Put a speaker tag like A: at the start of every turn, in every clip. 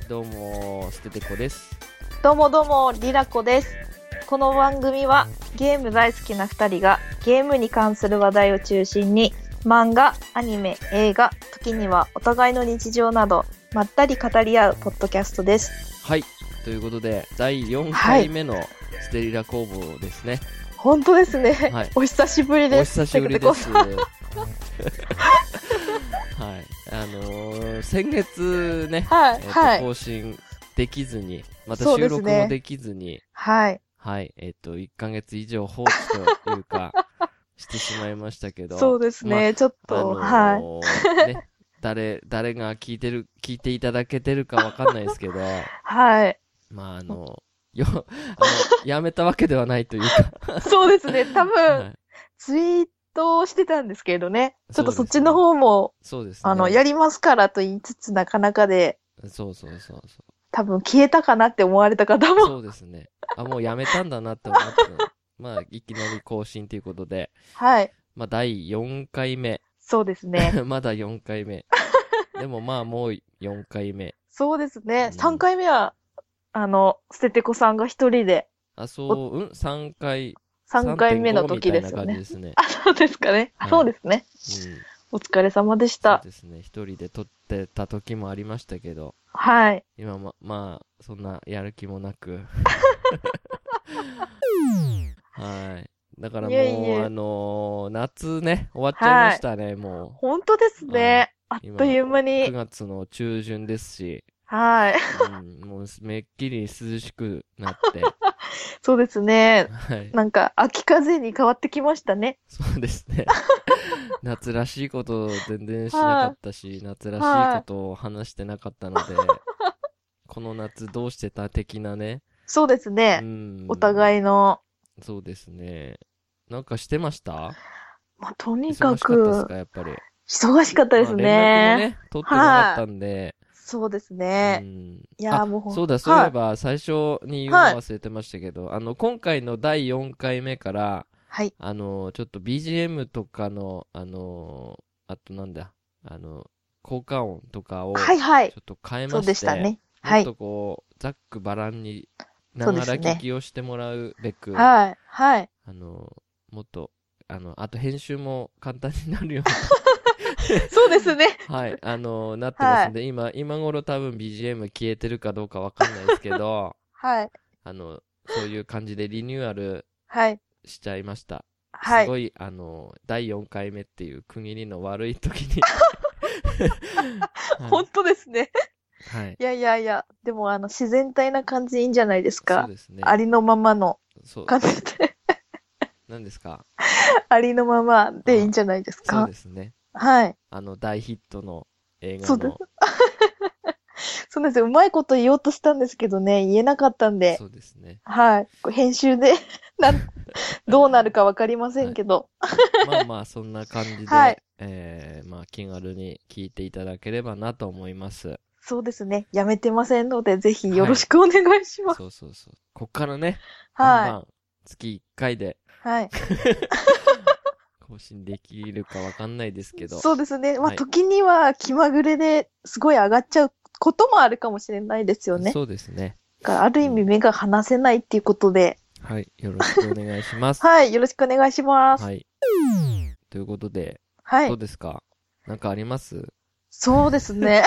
A: です。ててこです。
B: どうもどうも、リラコです。この番組はゲーム大好きな2人がゲームに関する話題を中心に漫画、アニメ、映画、時にはお互いの日常などまったり語り合うポッドキャストです。
A: はい。ということで、第4回目のステリラ工房ですね。
B: 本当ですね。
A: はい
B: お久しぶり
A: お
B: です。
A: 久しぶりで
B: テ
A: す。
B: クテ
A: はい。 あのー先月ね、
B: コはい、
A: えっと
B: はい、
A: 更新できずに、また
B: そう
A: 収
B: ですね
A: 録もできずに、
B: はい。
A: はい。えっ、と、1ヶ月以上放置という か、してしまいましたけど。
B: そうですね、ちょっ
A: あ
B: と、
A: の
B: はい。
A: ーね、誰、誰が聞いてる、聞いていただけてるかわかんないですけど、
B: はい。
A: まあ、あの、よ、 あの、やめたわけではないというか、
B: そうです ね、多
A: は
B: 分、
A: い、
B: ツイートをしてたんですけれどね。ちょっと
A: そ
B: そうっ
A: ですね
B: ちの方も、
A: そうですね。
B: あの、やりますからと言いつつ、なかなかで、
A: そうそうそうそ
B: 多分消えたかなって思われた方
A: う。
B: も。
A: そうですね。あ、もうやめたんだなって思って、 まあ、いきなり更新ということで、
B: はい。
A: まあ、第4回目。
B: そうですね。
A: まだ4回 目。でもまあ、もう4回目。
B: そうです
A: うん
B: ね。3回目は、あの、捨ててこさんが一人で、
A: あ、そう、うん ?3 回。
B: 3回目の
A: 3.5
B: 時ですよ
A: みたいな感じ
B: ね
A: で。すね。
B: あ、 そうですかね。
A: はい
B: そうですね。
A: うん。
B: お疲れ様でし
A: そう
B: た。
A: ですね。一人で撮ってた時もありましたけど、
B: はい。
A: 今ま、まあ、そんなやる気もな く。はい。だからもう、
B: いえいえ
A: あのー夏ね、終わっちゃいましたね、も
B: 本当ですね。あっ
A: 今
B: という間
A: う。9
B: に。
A: 月の中旬ですし、
B: はい。
A: うん、もうめっきり涼しくな って、
B: そうですね。
A: はい。
B: なんか、秋風に変わってきましたね。
A: そうです ね。夏らしいことを全然しなかったし、夏らしいことを話してなかったので、この夏どうしてた的なね、
B: そうですね。お
A: い。
B: 互いの、
A: そうですね。なんかしてました
B: まあ、とに
A: 忙
B: か
A: しかったです
B: く、
A: か、やっぱり。
B: 忙しかったです
A: まあ連絡も
B: ね。
A: ね、取ってなかったんで。
B: そうです
A: う
B: ね。
A: ん
B: いやー
A: あ
B: もうほん
A: そうだ、そういえば最初に言うの忘れてましたけど、あの、今回の第4回目から、
B: はい。
A: あの、ちょっと BGM とかの、あの、あとなんだ、あの、効果音とかを、
B: はいはい
A: ち。ょっと変えまして、
B: そうでしたね。
A: も
B: は
A: っ
B: い
A: と。こう、ざっくばらんに、な
B: そうで
A: が
B: す
A: ら
B: ね
A: 聞きをしてもらうべく、
B: はい。はい。
A: あの、もっと、あの、あと編集も簡単になるよ
B: そうですね。
A: うに、 はい、あの、なってますんで、今、今頃多分 BGM 消えてるかどうかわかんないですけど、
B: はい。
A: あの、そういう感じでリニューアル
B: はい。
A: しちゃいました。
B: は
A: す
B: い。
A: ごい、あの、第4回目っていう区切りの悪い時 に。
B: 本当ですね。
A: はい。はい
B: いやいやいや、でもあの、自然体な感じいいんじゃないです
A: そう
B: か。
A: ですね。
B: ありのままの
A: そう、
B: 感じで、
A: 何ですか
B: ありのままでいいんじゃないです
A: そう
B: か。
A: ですね。
B: はい。
A: あの、大ヒットの映
B: そ
A: 画
B: うです
A: の。
B: そうなんですよ。うまいこと言おうとしたんですけどね、言えなかったんで、
A: そうですね。
B: はい。こう編集 でなん、どうなるかわかりませんけど。
A: まあまあ、そんな感じで、
B: はい
A: えーまあ、気軽に聞いていただければなと思います。
B: そうですね。やめてませんので、ぜひよろしくお願いします。
A: そうそうそう。こっからね、バンバ
B: は
A: ン月1回で
B: い。はい。
A: 更新できるかわかんないですけど、
B: そうですね。まあ、
A: はい
B: 時には気まぐれですごい上がっちゃうこともあるかもしれないですよね。
A: そうですね。
B: だからある意味目が離せないっていうことで、
A: はい。よろしくお願いします。
B: はい、よろしくお願いします。
A: はい。ということで、
B: はい。
A: どうですかなんかあります
B: そうで すね。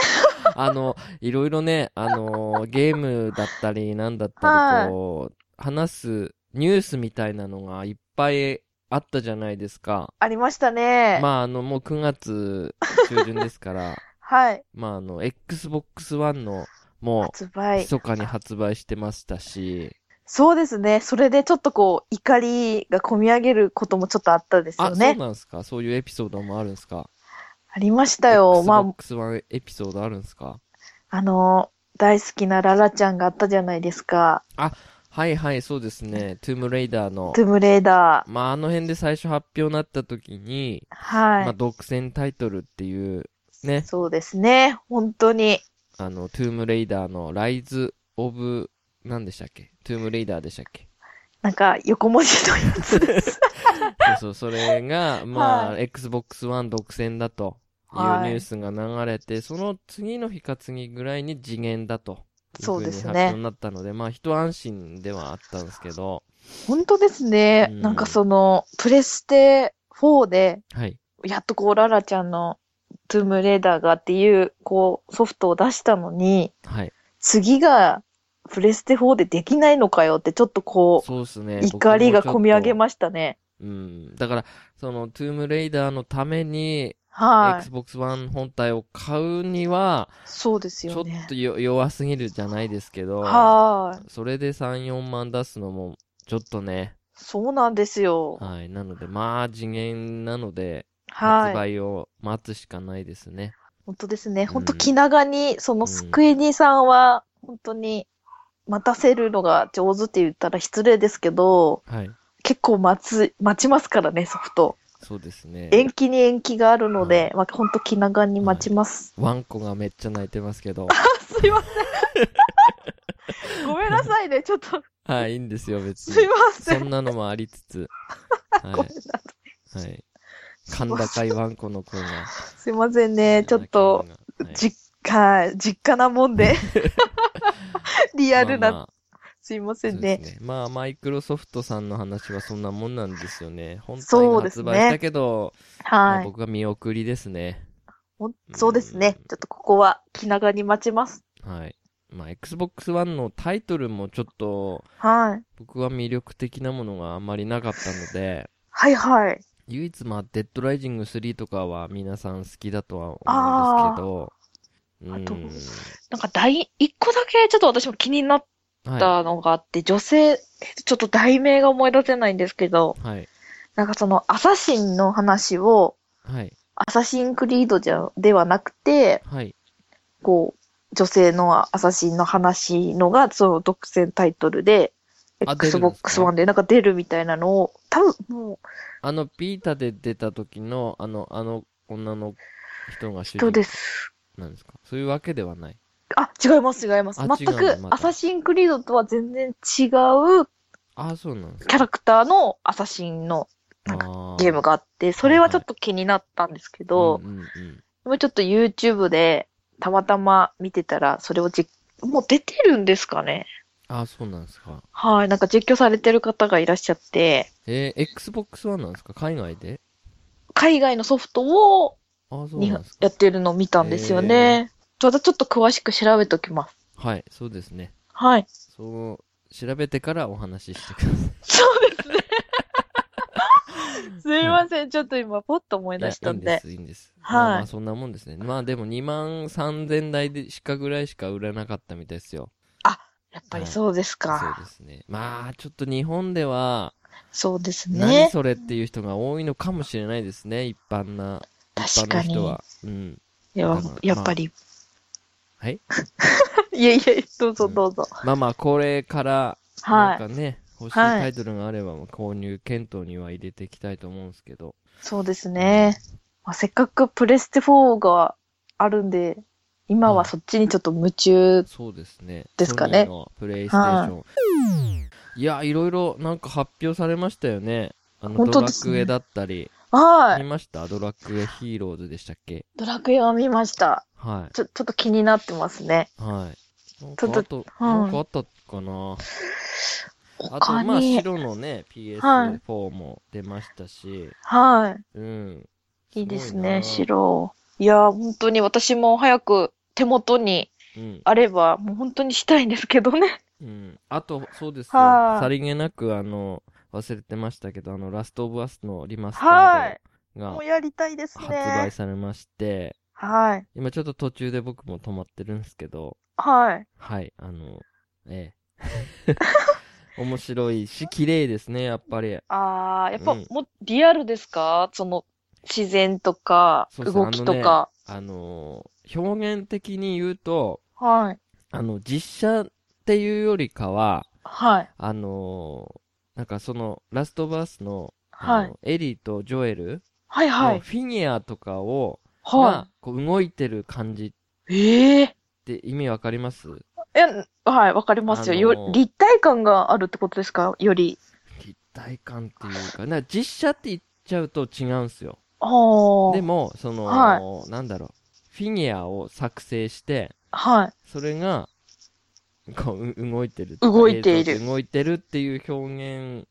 A: あの、いろいろね、あのーゲームだったり、なんだった
B: は
A: り、
B: い
A: こう、話すニュースみたいなのがいっぱいあったじゃないですか。
B: ありましたね。
A: まあ、あの、もう9月中旬ですから、
B: はい。
A: まあ、あの、Xbox One の、も
B: 発
A: う、
B: 売。
A: 密かに発売してましたし、
B: そうですね。それでちょっとこう、怒りが込み上げることもちょっとあったですよ
A: あ、そう
B: ね。
A: なんですかそういうエピソードもあるんですか
B: ありましたよ。ま
A: ?Xbox One エピソードあるんですか
B: あ、あの、大好きなララちゃんがあったじゃないですか。
A: はいはい、そうですね。トゥームレイダーの
B: ト。ゥームレーダー。
A: まあ、あの辺で最初発表になった時に、
B: はい。
A: まあ、独占タイトルっていう、ね、
B: そうですね。本当に。
A: あの、トゥームレイダーのライズ・オブ、なんでしたっけトゥームレイダーでしたっけ
B: なんか、横文字のやつです。
A: そうそう、それが、まあ、Xbox One 独占だというニ
B: はい
A: ュースが流れて、その次の日か次ぐらいに次元だと
B: そうですね
A: いう風に発表になったので、まあ一安心ではあったんですけど、
B: 本当ですね。
A: うん
B: なんかその、プレステ4で、
A: はい。
B: やっとこう、ララちゃんのトゥームレーダーがっていう、こう、ソフトを出したのに、
A: はい。
B: 次がプレステ4でできないのかよって、ちょっとこ
A: そうです
B: う、
A: ね。
B: 怒りがこみ上げ
A: す。
B: ましたね。
A: うん。だから、その、トゥームレイダーのために、
B: はい。
A: Xbox One 本体を買うには、
B: そうです
A: ちょ
B: よ
A: っ
B: ね
A: と。よ弱すぎるじゃないですけど、
B: はい。
A: それで3、4万出すのも、ちょっとね、
B: そうなんですよ。
A: はい。なので、まあ、次元なので、発
B: はい。
A: 売を待つしかないですね。
B: 本当ですね。本当
A: うん
B: 気長に、そのスクエニさんは、本当に、待たせるのが上手って言ったら失礼ですけど、
A: はい。
B: 結構待つ、待ちますからね、ソフト。
A: そうですね。
B: 延期に延期があるので、まあ、ほんと気長に待ちます。
A: ワンコがめっちゃ泣いてますけ ど。
B: すいません。ごめんなさいね、ちょっと、
A: はい、いいんですよ、別
B: すい
A: に。
B: ませ
A: そ
B: ん。
A: んなのもありつつ。
B: ごめん
A: は
B: なさい。
A: い。はい。甲高いワンコの声が。
B: すいませんね、ちょっと、
A: はい、
B: 実家、実家なもん で。リアルな、
A: まあまあ
B: すいま
A: そ
B: せ
A: うんで
B: ね。
A: すね。まあ、マイクロソフトさんの話はそんなもんなんですよね。本体
B: そ
A: が
B: うです
A: 発
B: ね
A: 売したけど、ま
B: は
A: あ
B: い。
A: 僕は見送りですね。
B: ほんそうですね。ちょっとここは気長に待ちます。
A: はい。まあ、Xbox One のタイトルもちょっと、
B: はい。
A: 僕は魅力的なものがあんまりなかったの で、
B: はいはい。
A: 唯一まあ、デッドライジング3とかは皆さん好きだとは思うんですけど、うん。
B: なんか第、一個だけちょっと私も気になっ
A: は
B: たのがあって、女性、ちょっと題名が思い出せないんですけど、
A: い。はい。
B: なんかそのアサシンの話を、
A: はい。
B: アサシンクリードじゃではなくて、
A: はい。
B: こう、女性のアサシンの話のが、その独占タイトルで、
A: あ出るんですか
B: Xbox One でなんか出るみたいなのを、多分もう、
A: あの、ピータで出た時の、あの、あの、女の人が主
B: どうで
A: 人
B: す。
A: なんですかそういうわけではない。
B: あ、違います、違います。
A: あ
B: 全
A: 違う
B: く
A: んだま、た
B: アサシンクリードとは全然違う
A: ああ、そうなんです
B: キャラクターのアサシンのなんか
A: か。
B: ゲー
A: が
B: ムがあって、それはちょっと気になったんですけど、
A: うんうんうん。
B: もうちょっと YouTube でたまたま見てたら、それをじ、もう出てるんですかね
A: ああ、そうなんですか。
B: はい、なんか実況されてる方がいらっしゃって、
A: えー、Xbox One なんですか海外で
B: 海外のソフトを
A: ああ、そう
B: に
A: な
B: や
A: んですか
B: ってるのを見たんですよね。ただちょっと詳しく調べときます。
A: はい、そうですね。
B: はい。
A: そう、調べてからお話ししてくだ さい。
B: そうですね。すいません、ちょっと今、ポッと思い
A: いや
B: 出した
A: い
B: ん
A: いん
B: で
A: で。す、いいんです。
B: はい
A: まあまあそんなもんですね。まあでも2万3000台でしかぐらいしか売れなかったみたいですよ。
B: やっぱりそうです
A: そう
B: か。
A: ですね。まあ、ちょっと日本では、
B: そうです
A: 何
B: ね。
A: それっていう人が多いのかもしれないですね、一般な、一
B: 確
A: 般の
B: かに。
A: 人
B: い
A: は。うん。
B: や
A: まあ、
B: やっぱり。
A: はい
B: いやいや、どうぞどうぞ。
A: まあまあ、これから、
B: は
A: ないん。かね、欲しい
B: はい
A: タイトルがあれば、購入検討には入れていきたいと思うんですけど。
B: そうですね。まあ、せっかくプレステ4があるんで、今はそっちにちょっと夢中。
A: そうですね。
B: ですか
A: ソニ
B: ね
A: ーのプレイステーション。い、や、いろいろなんか発表されましたよね。あの、
B: 本
A: ド
B: 当
A: ラ
B: です
A: ク
B: ね
A: エだったり。
B: はい
A: 見。ましたドラクエヒーローズでしたっけ
B: ドラクエは見ました。
A: は
B: ちょ、ちょっと気になってますね。
A: い。はい。なん
B: ち
A: か
B: ょっ
A: あと、
B: はい
A: なんかあったかな。あと、
B: 他
A: まあ、
B: に
A: 白のね、
B: はい
A: PS4 も出ましたし、
B: は
A: うん。
B: い。いいです
A: ごい
B: ね、
A: な。
B: 白。いやー、本当に私も早く手元に
A: うん。
B: あれば、もう本当にしたいんですけどね。
A: うん。あと、そうですよ。
B: はい
A: さりげなく、あの、忘れてましたけど、あの、ラストオブアスのリマスタ
B: は
A: ー
B: い。
A: ドが
B: もうやりたいです
A: 発売
B: ね。
A: されまして、
B: はい。
A: 今ちょっと途中で僕も止まってるんですけど、
B: はい。
A: はい、あの、え え。面白いし、綺麗ですね、やっぱり。
B: あー、やっぱ、
A: うん
B: もうリアルですかその、自然とか、
A: そうですね
B: 動きとか。
A: あの、表現的に言うと、
B: はい。
A: あの、実写っていうよりかは、
B: はい。
A: あの、なんかその、ラストバースの、
B: は
A: あ
B: い。
A: のエリーとジョエル
B: はいは
A: の
B: い。
A: フィギュアとかを、
B: は
A: がこう動いてる感じっ
B: い。ええ
A: て意味わかります
B: え、はい、わかりますよ。
A: あの
B: よ、立体感があるってことですかより。
A: 立体感っていうか、な実写って言っちゃうと違うんすよ。
B: ああ。
A: でも、その、
B: は
A: なんだろう、フィギュアを作成して、
B: はい。
A: それが、こうう動いてる
B: 動いている
A: 映像動いてるっていう表現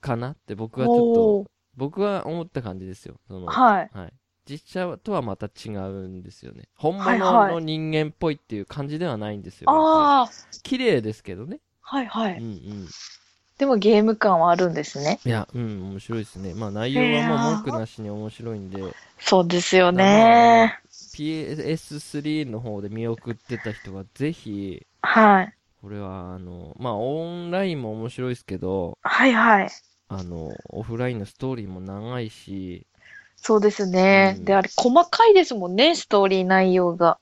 A: かなって僕はちょっ
B: お
A: と僕は思った感じですよその
B: おはい
A: はい、実写とはまた違うんですよね本
B: は
A: 物
B: いはい
A: の人間っぽいっていう感じではないんですよ、
B: ああ
A: 綺麗ですけどね、
B: はいは
A: う
B: い
A: んうん
B: でもゲーム感はあるんですね
A: いやうん面白いですねまあ内容はまあ文句なしに面白いんで
B: そうですよね
A: PS3 の方で見送ってた人はぜひ
B: はい
A: これはあのまあオンラインも面白いですけど
B: はいはい
A: あのオフラインのストーリーも長いし
B: そうですね、
A: うん
B: であれ細かいですもんねストーリー内容が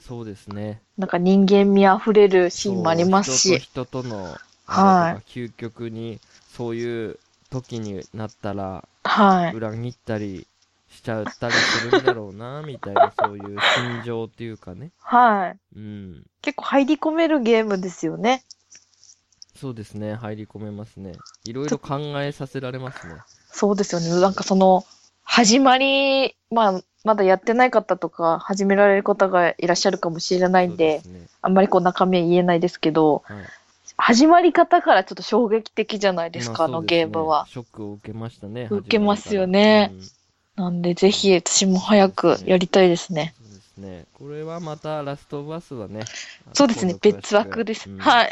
A: そうですね
B: なんか人間味あふれるシーンもありますし
A: そう人と人との
B: はい
A: あれとか究極にそういう時になったら
B: はい
A: 裏切ったりしちゃったりするんだろうなみたいなそういう心情っていうかね
B: は
A: う
B: い
A: ん
B: 結構入り込めるゲームですよね
A: そうですね入り込めますねいろいろ考えさせられますね
B: そうですよね。なんかその、始まり、まあ、まだやってない方とか、始められる方がいらっしゃるかもしれないんで、
A: そうですね
B: あんまりこう中身は言えないですけど、
A: はい
B: 始まり方からちょっと衝撃的じゃないですか、
A: ま
B: あの
A: そう
B: ゲ
A: ですね
B: ームは。
A: ショックを受けましたね
B: 受けますよね
A: 始まりか
B: なんで、ぜひ、私も早くやりたいですね。
A: らうんそうですねこれはまたラストバスはねあの
B: そうですね、
A: 今度詳しく
B: 別枠です。
A: うん
B: はい。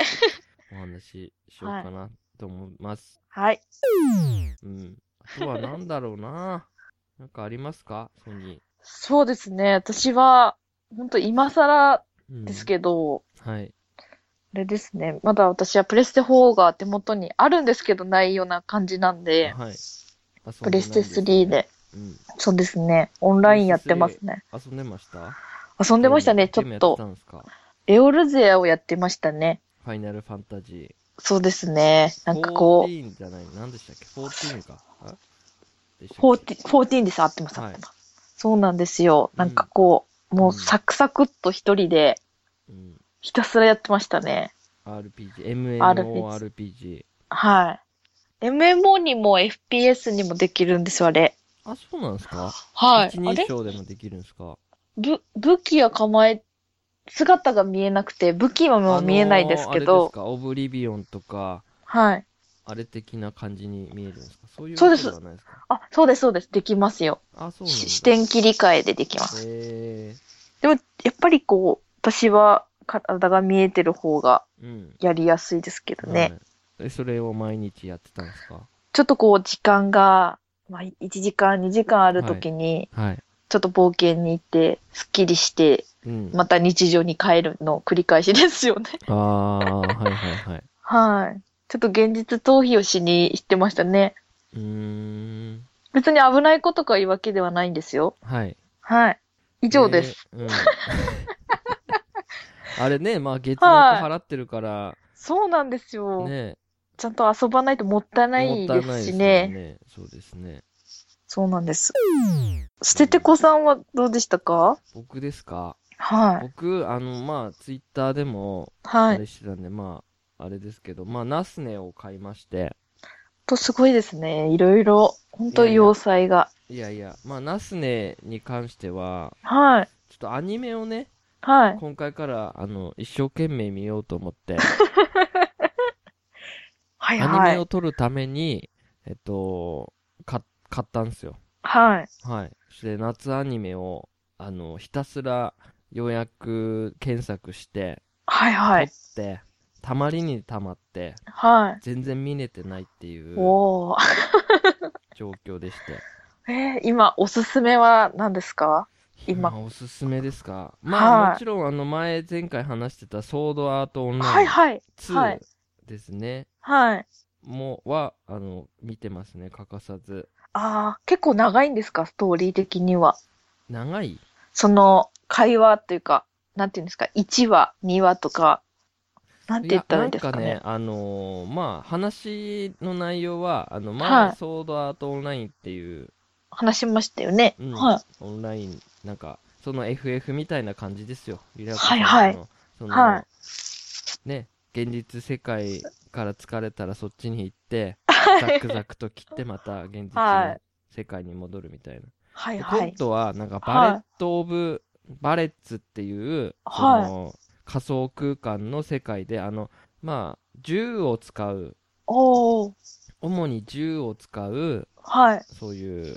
A: お話ししようかなと思います
B: はい。
A: うん。あとはなんだろうな。 なんかありますかソニ
B: そうですね、私は、本当今更
A: ー。うん
B: ですけど、
A: はい。
B: あれですね、まだ私はプレステ4が手元にあるんですけど、ないような感じなんで、
A: はい。遊んでないんすね
B: プレステ3で。
A: うん。
B: そうですね。オンラインやってますね。
A: 遊んでました
B: 遊んでましたね、ち
A: ゲー
B: ょ
A: ム
B: っ
A: ゲームやって
B: と
A: た。んですか
B: エオルゼアをやってましたね。
A: ファイナルファンタジ
B: そうですね。
A: ー。
B: なんかこ
A: 14じゃない、なんでしたっけ ?14 か。あでした
B: う、
A: っけ
B: 14 14です。合ってます、合
A: はい
B: ってます。そうなんですよ。なんかこう、もうサクサクっと一人で
A: うん。
B: ひたすらやってましたね。
A: RPG、MMORPG。
B: はい。MMO にも FPS にもできるんですよ、あれ。
A: あ、そうなんですか
B: はい。
A: 一
B: あ
A: 人
B: れ
A: 称でもできるんですか
B: ぶ武器や構え、姿が見えなくて、武器はもう見えないです
A: あのー
B: け
A: あれで
B: ど
A: す、かオブリビオンとか、
B: はい。
A: あれ的な感じに見えるんですかそういう
B: そう
A: こ
B: で
A: と
B: す
A: ではないですか
B: あ、そうです、そうです。できますよ。
A: あ、そうなんだ。
B: し視点切り替えでできます。
A: え
B: でも、やっぱりこう、私は体が見えてる方が
A: ー、うん。
B: やりやすいですけどね。
A: はい。えそれを毎日やってたんですか
B: ちょっとこう、時間が、まあ、1時間、2時間ある時に、
A: はい。
B: ちょっと冒険に行って、スッキリして、
A: うん。
B: また日常に帰るの繰り返しですよね。
A: ああ、はいはいはい。
B: はい。ちょっと現実逃避をしに行ってましたね。
A: うーん。
B: 別に危ないことがいいわけではないんですよ。
A: はい。
B: はい。以
A: 以
B: 上です。。
A: うん、あれね、まあ月額払ってるから、
B: そうなんですよ。
A: ね、
B: ちゃんと遊ばないともったいない
A: もった
B: で
A: いないで
B: す
A: す
B: し
A: よ
B: ね。
A: ね。そうですね。
B: そうなんです。捨ててこさんはどうでしたか
A: 僕ですか
B: はい。
A: 僕、あの、まあ、ツイッターでも、
B: は
A: あ
B: い。
A: れしてたんで、まあ、あれですけど、まあ、ナスネを買いまして、
B: と、すごいですね。いろいろ、本当
A: いやいや
B: 要塞が。
A: いやいや、まあ、ナスネに関しては、
B: はい。
A: ちょっとアニメをね、
B: はい。
A: 今回からあの一生懸命見ようと思って、
B: はい
A: アニ
B: は
A: メ
B: い
A: を。撮るために、えっと、か買ったんですよ。
B: はい。
A: はい。そして夏アニメを、あの、ひたすら予約検索して、
B: はい
A: 撮っ
B: はい。
A: て、たまりにたまって、
B: はい。
A: 全然見れてないっていう
B: おー。
A: 状況でして。
B: えー、今、おすすめは何ですか今
A: おすすめですかまあ、
B: はい
A: もちろんあの前前回話してたソードアートオンラ
B: は
A: イ
B: い
A: ン
B: はい。は
A: 2
B: い
A: ですね、
B: はい。
A: もはあの見てますね欠かさず
B: あー、結構長いんですかストーリー的には。
A: 長い
B: その、会話というか、なんていうんですか ?1 話、2話とか、なんて言ったらいいんですか
A: いや
B: ね
A: なん。かね、あのーまあ、話の内容は、あの、
B: は
A: 前
B: い、
A: ソードアートオンラインっていう、
B: 話しましたよね。
A: うん
B: はい。
A: オンライン、なんか、その FF みたいな感じですよ。リラコ
B: はいはい
A: さんのその、
B: は
A: ね、現実世界から疲れたらそっちに行って、ザクザクと切ってまた現実
B: は
A: の
B: い
A: 世界に戻るみたいな。
B: はい
A: で
B: は
A: 今
B: い。
A: 度は、なんか、
B: はい
A: バレット・オブ・バレッツっていう、
B: はい
A: その、仮想空間の世界であのまあ銃を使う
B: おー。
A: 主に銃を使う
B: はい。
A: そういう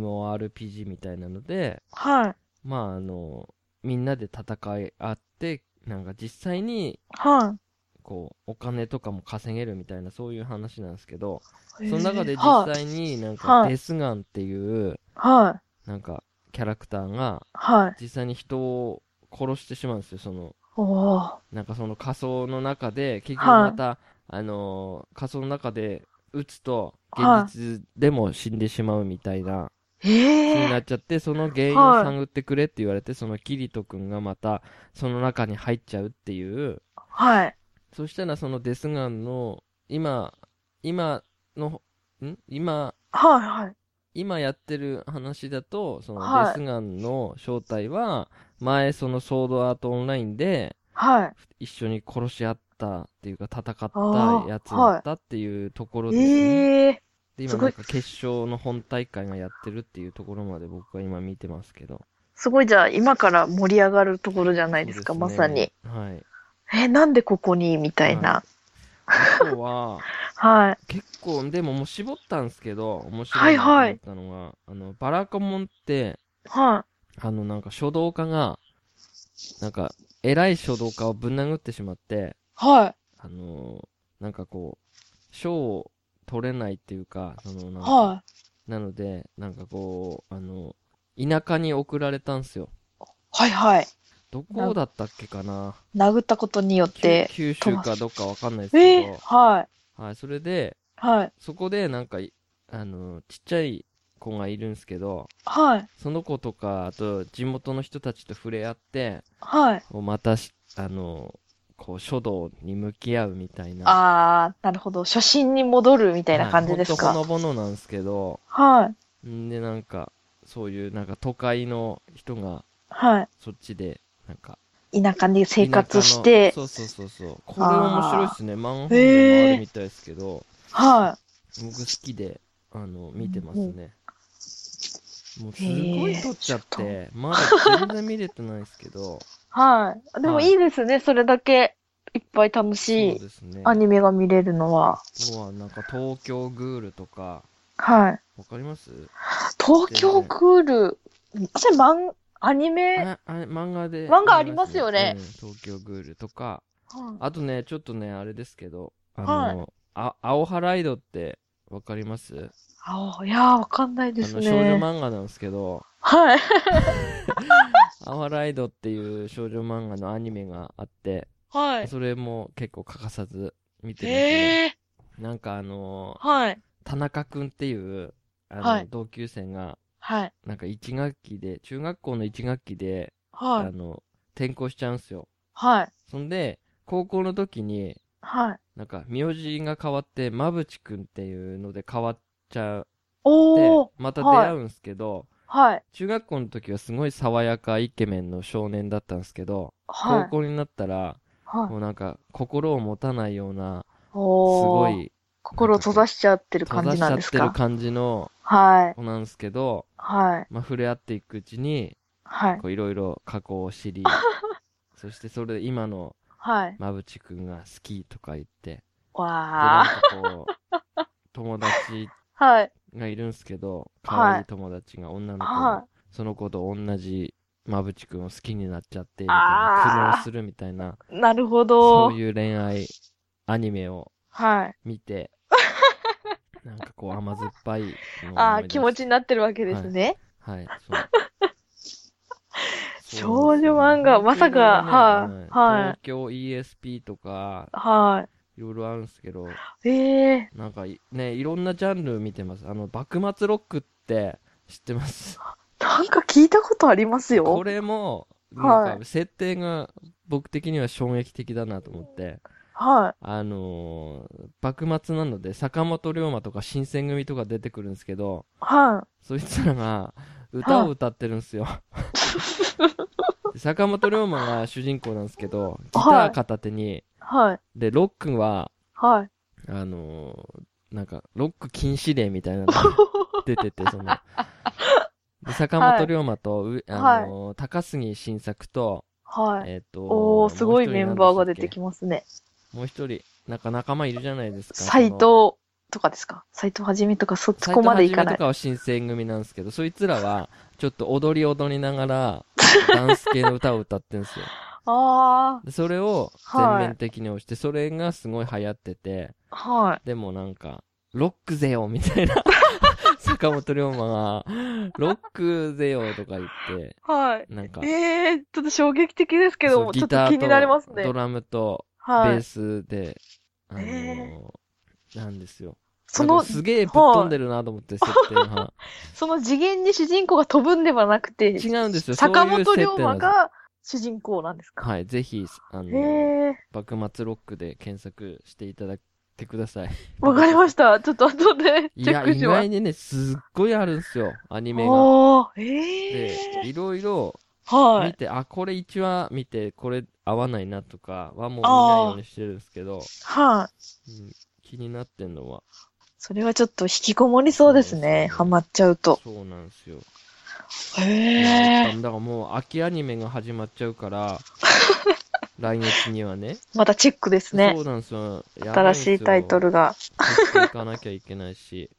A: MMORPG みたいなので
B: はい。
A: まああのみんなで戦い合ってなんか実際に
B: は
A: こうお金とかも稼げるみたいなそういう話なんですけど
B: い。
A: その中で
B: は
A: 実
B: い。
A: 際になん
B: は
A: か
B: い
A: デスガンっていう
B: はい。
A: なんかキャラクターが
B: はい。
A: 実際に人を殺してしまうんですよその
B: おー。
A: なんかその仮想の中で結局
B: はい
A: また、あのー仮想の中で撃つと
B: はい
A: 現実でも死んでしまうみたいな、
B: え
A: にな
B: え。
A: っちゃってその原因
B: は
A: を
B: い
A: 探ってくれって言われて、そのキリト君がまたその中に入っちゃうっていう
B: はい。
A: そしたらそのデスガンの今今のん今
B: はい。はい。
A: 今やってる話だとそ
B: は
A: の
B: い
A: デスガンの正体は前そのソードアートオンラインで
B: はい。
A: 一緒に殺し合ったっていうか戦っ
B: あ
A: た
B: ー
A: やつだったっていうところですね。
B: ええ
A: で今
B: す
A: な
B: ご
A: ん
B: い
A: か決勝の本大会がやってるっていうところまで僕は今見てますけど。
B: すごいじゃあ今から盛り上がるところじゃないですか、
A: そう
B: ま
A: ね
B: さに。。
A: はい。
B: え、なんでここにみたいな。
A: あと は
B: はい。
A: 結構でももう絞ったんですけど面
B: は
A: 白いな
B: い
A: と思
B: はい
A: ったのが、あのバラコモンって
B: は
A: あのなんか書道家がなんか偉い書道家をぶん殴ってしまって
B: い。はい。
A: あのーなんかこう、賞を取れないっていうか、そのなんか
B: は
A: なので、なんかこう、あの、田舎に送られたんすよ。
B: い。はいはい。
A: どこだったっけかな
B: 殴ったことによっ
A: きゅ
B: て。
A: 九州かどっかわかんないです
B: え
A: け
B: え
A: ど、
B: はい。
A: はい、それで、
B: はい。
A: そこでなんかい、あのーちっちゃい子がいるんすけど、
B: はい。
A: その子とか、あと地元の人たちと触れ合って、
B: はい。
A: こうまたし、あのーこう、書道に向き合うみたいな。
B: あー、なるほど。初心に戻るみたいな感じです
A: はいほ
B: か。
A: んとほのぼのなんですけど、
B: はい。
A: んでなんかそういうなんか都会の人が
B: は
A: そっちでなんか
B: い。田舎に生活し
A: 田
B: て
A: 舎。のそうそうそうそうこれ面白いですね漫画でもあるみたいですけど、
B: は
A: 僕好きであの見てますね、もうすごい撮っちゃっ
B: へ
A: てまだ全然見れてないですけど
B: い。はい。でもいいですね。それだけいっぱい楽 し
A: そう
B: い
A: ですね
B: ア
A: あ
B: ニメが見れるのは。
A: とはなんか東京グールとか
B: はい。
A: わかります
B: 東京クール、それ漫、アニメ、
A: ああれ漫画で
B: 漫画ありますよね
A: うん東京グールとか
B: は
A: あとね、ちょっとね、あれですけど、あの、
B: は
A: あ青ハライドってわかります
B: あいやー、わかんないです
A: あの少女
B: ね。
A: 漫画なんですけど、
B: はい。
A: 青ハライドっていう少女漫画のアニメがあって、
B: はい。
A: それも結構欠かさず見てますね。
B: へえ
A: なんかあのー
B: はい。
A: 田中くんっていう、あの、
B: はい
A: 同級生が、
B: はい。
A: なんか一学期で、中学校の一学期で、
B: は
A: あ
B: い。
A: の、転校しちゃうんすよ。
B: はい。
A: そんで、高校の時に、
B: はい。
A: なんか、名字が変わって、まぶちくんっていうので変わっちゃう
B: お
A: で
B: お
A: また出会うんすけど、
B: はい。
A: 中学校の時はすごい爽やかイケメンの少年だったんですけど、
B: はい。
A: 高校になったら
B: はい。
A: もうなんか心を持たないようなす
B: お
A: ご
B: ー
A: い
B: 心を閉ざしちゃってる
A: 閉ざ
B: 感じ
A: しち
B: な
A: ゃ
B: ん
A: っ
B: です
A: てる
B: か。
A: 感じの
B: はい。
A: 子なんですけど、
B: はい。
A: まあ、触れ合っていくうちに
B: はい。
A: こういろいろ過去を知り そしてそれで今の
B: はい。
A: まぶちくんが好きとか言ってでなん
B: わ
A: かこう友達
B: ー。はい。
A: がいるんすけど
B: はい
A: 可愛い友達が女の子が
B: はい。
A: その子と同じまぶちくんを好きになっちゃってみたいな
B: あー
A: 苦悩するみたいな
B: なるほ
A: そ
B: ど
A: う。いう恋愛アニメを
B: はい。
A: 見 てなんかこう甘酸っぱいのを思い出して
B: あー、気持ちになってるわけですね。
A: はいそう
B: 少女漫画まさか
A: 東京の
B: はいはい
A: 東京 ESP とか
B: はい
A: ろいろあるんですけど
B: い。ええ。
A: なんかいねいろんなジャンル見てますあの幕末ロックって知ってます
B: なんか聞いたことありますよ。
A: これも、なんか、設定が僕的には衝撃的だなと思って、
B: はい。
A: あのー幕末なので、坂本龍馬とか新選組とか出てくるんですけど、
B: は
A: そいつらが歌を歌ってるんですよ。坂本龍馬が主人公なんですけど、ギター片手に、
B: い。はい。
A: で、ロックは、
B: はい。
A: あのーなんか、ロック禁止令みたい なのが出てて、その、で坂本龍馬と、うあのー高杉晋作と、
B: はい。
A: えっ、と、
B: おー、すごいメンバーが出てき
A: ま
B: ますね。
A: す。もう一人、なんか仲間いるじゃないですか。
B: 斎藤とかですか斎藤はじめとかそっち
A: そ
B: こ
A: の、
B: ま
A: 斎
B: でい
A: 藤
B: か
A: はじめ
B: ない
A: と。かは新選組なんですけど、そいつらは、ちょっと踊り踊りながら、ダンス系の歌を歌ってるんですよ。
B: あ
A: でそれを全面的に押して、それがすごい流行ってて、
B: あ、はい。
A: でもなんか、ロックぜよみたいな。坂本龍馬が、ロックぜよとか言って、
B: はい。
A: なんか、
B: ええちょっと衝撃的ですけ
A: そう
B: ど、ち
A: ギ
B: ょっと
A: タ
B: 気になりま
A: ー
B: す
A: と
B: ね
A: ド。ラムとベ
B: は
A: ー
B: い。
A: スで、あのー
B: え
A: なんですよ。
B: そ
A: なん
B: の
A: か、すげえぶっ飛んでるなと思って、設定が。
B: その次元に主人公が飛ぶんではなくて、
A: 違うんですよ。
B: 坂
A: そういう
B: 本龍
A: 設定な
B: 馬
A: んですよ。
B: が主人公なんですか。
A: はい、ぜひ、あの
B: へえ、
A: 幕末ロックで検索していただいてくだ さい。
B: わかりました。ちょっと後で
A: い
B: チェ
A: や、
B: ック
A: 意
B: します
A: 外。にね、すっごいあるんですよ、アニメが。
B: ああ、
A: で
B: ええ、
A: いろいろ
B: は
A: 見
B: い。
A: て、あ、これ1話見て、これ合わないなとかはもう見ないようにしてるんですけど、
B: はい。
A: うん気になってんのは、
B: それはちょっと引きこもりそうです
A: そうですね
B: ね。ハマっちゃうと。
A: そうなんですよ。
B: へ
A: いやいっ
B: え
A: ぱ。いだからもう秋アニメが始まっちゃう から、来月にはね。
B: またチェックですね
A: そ。うなんですよ。やばんで
B: 新
A: すよ
B: しいタイトルが。
A: 見つけていかなきゃいけない し、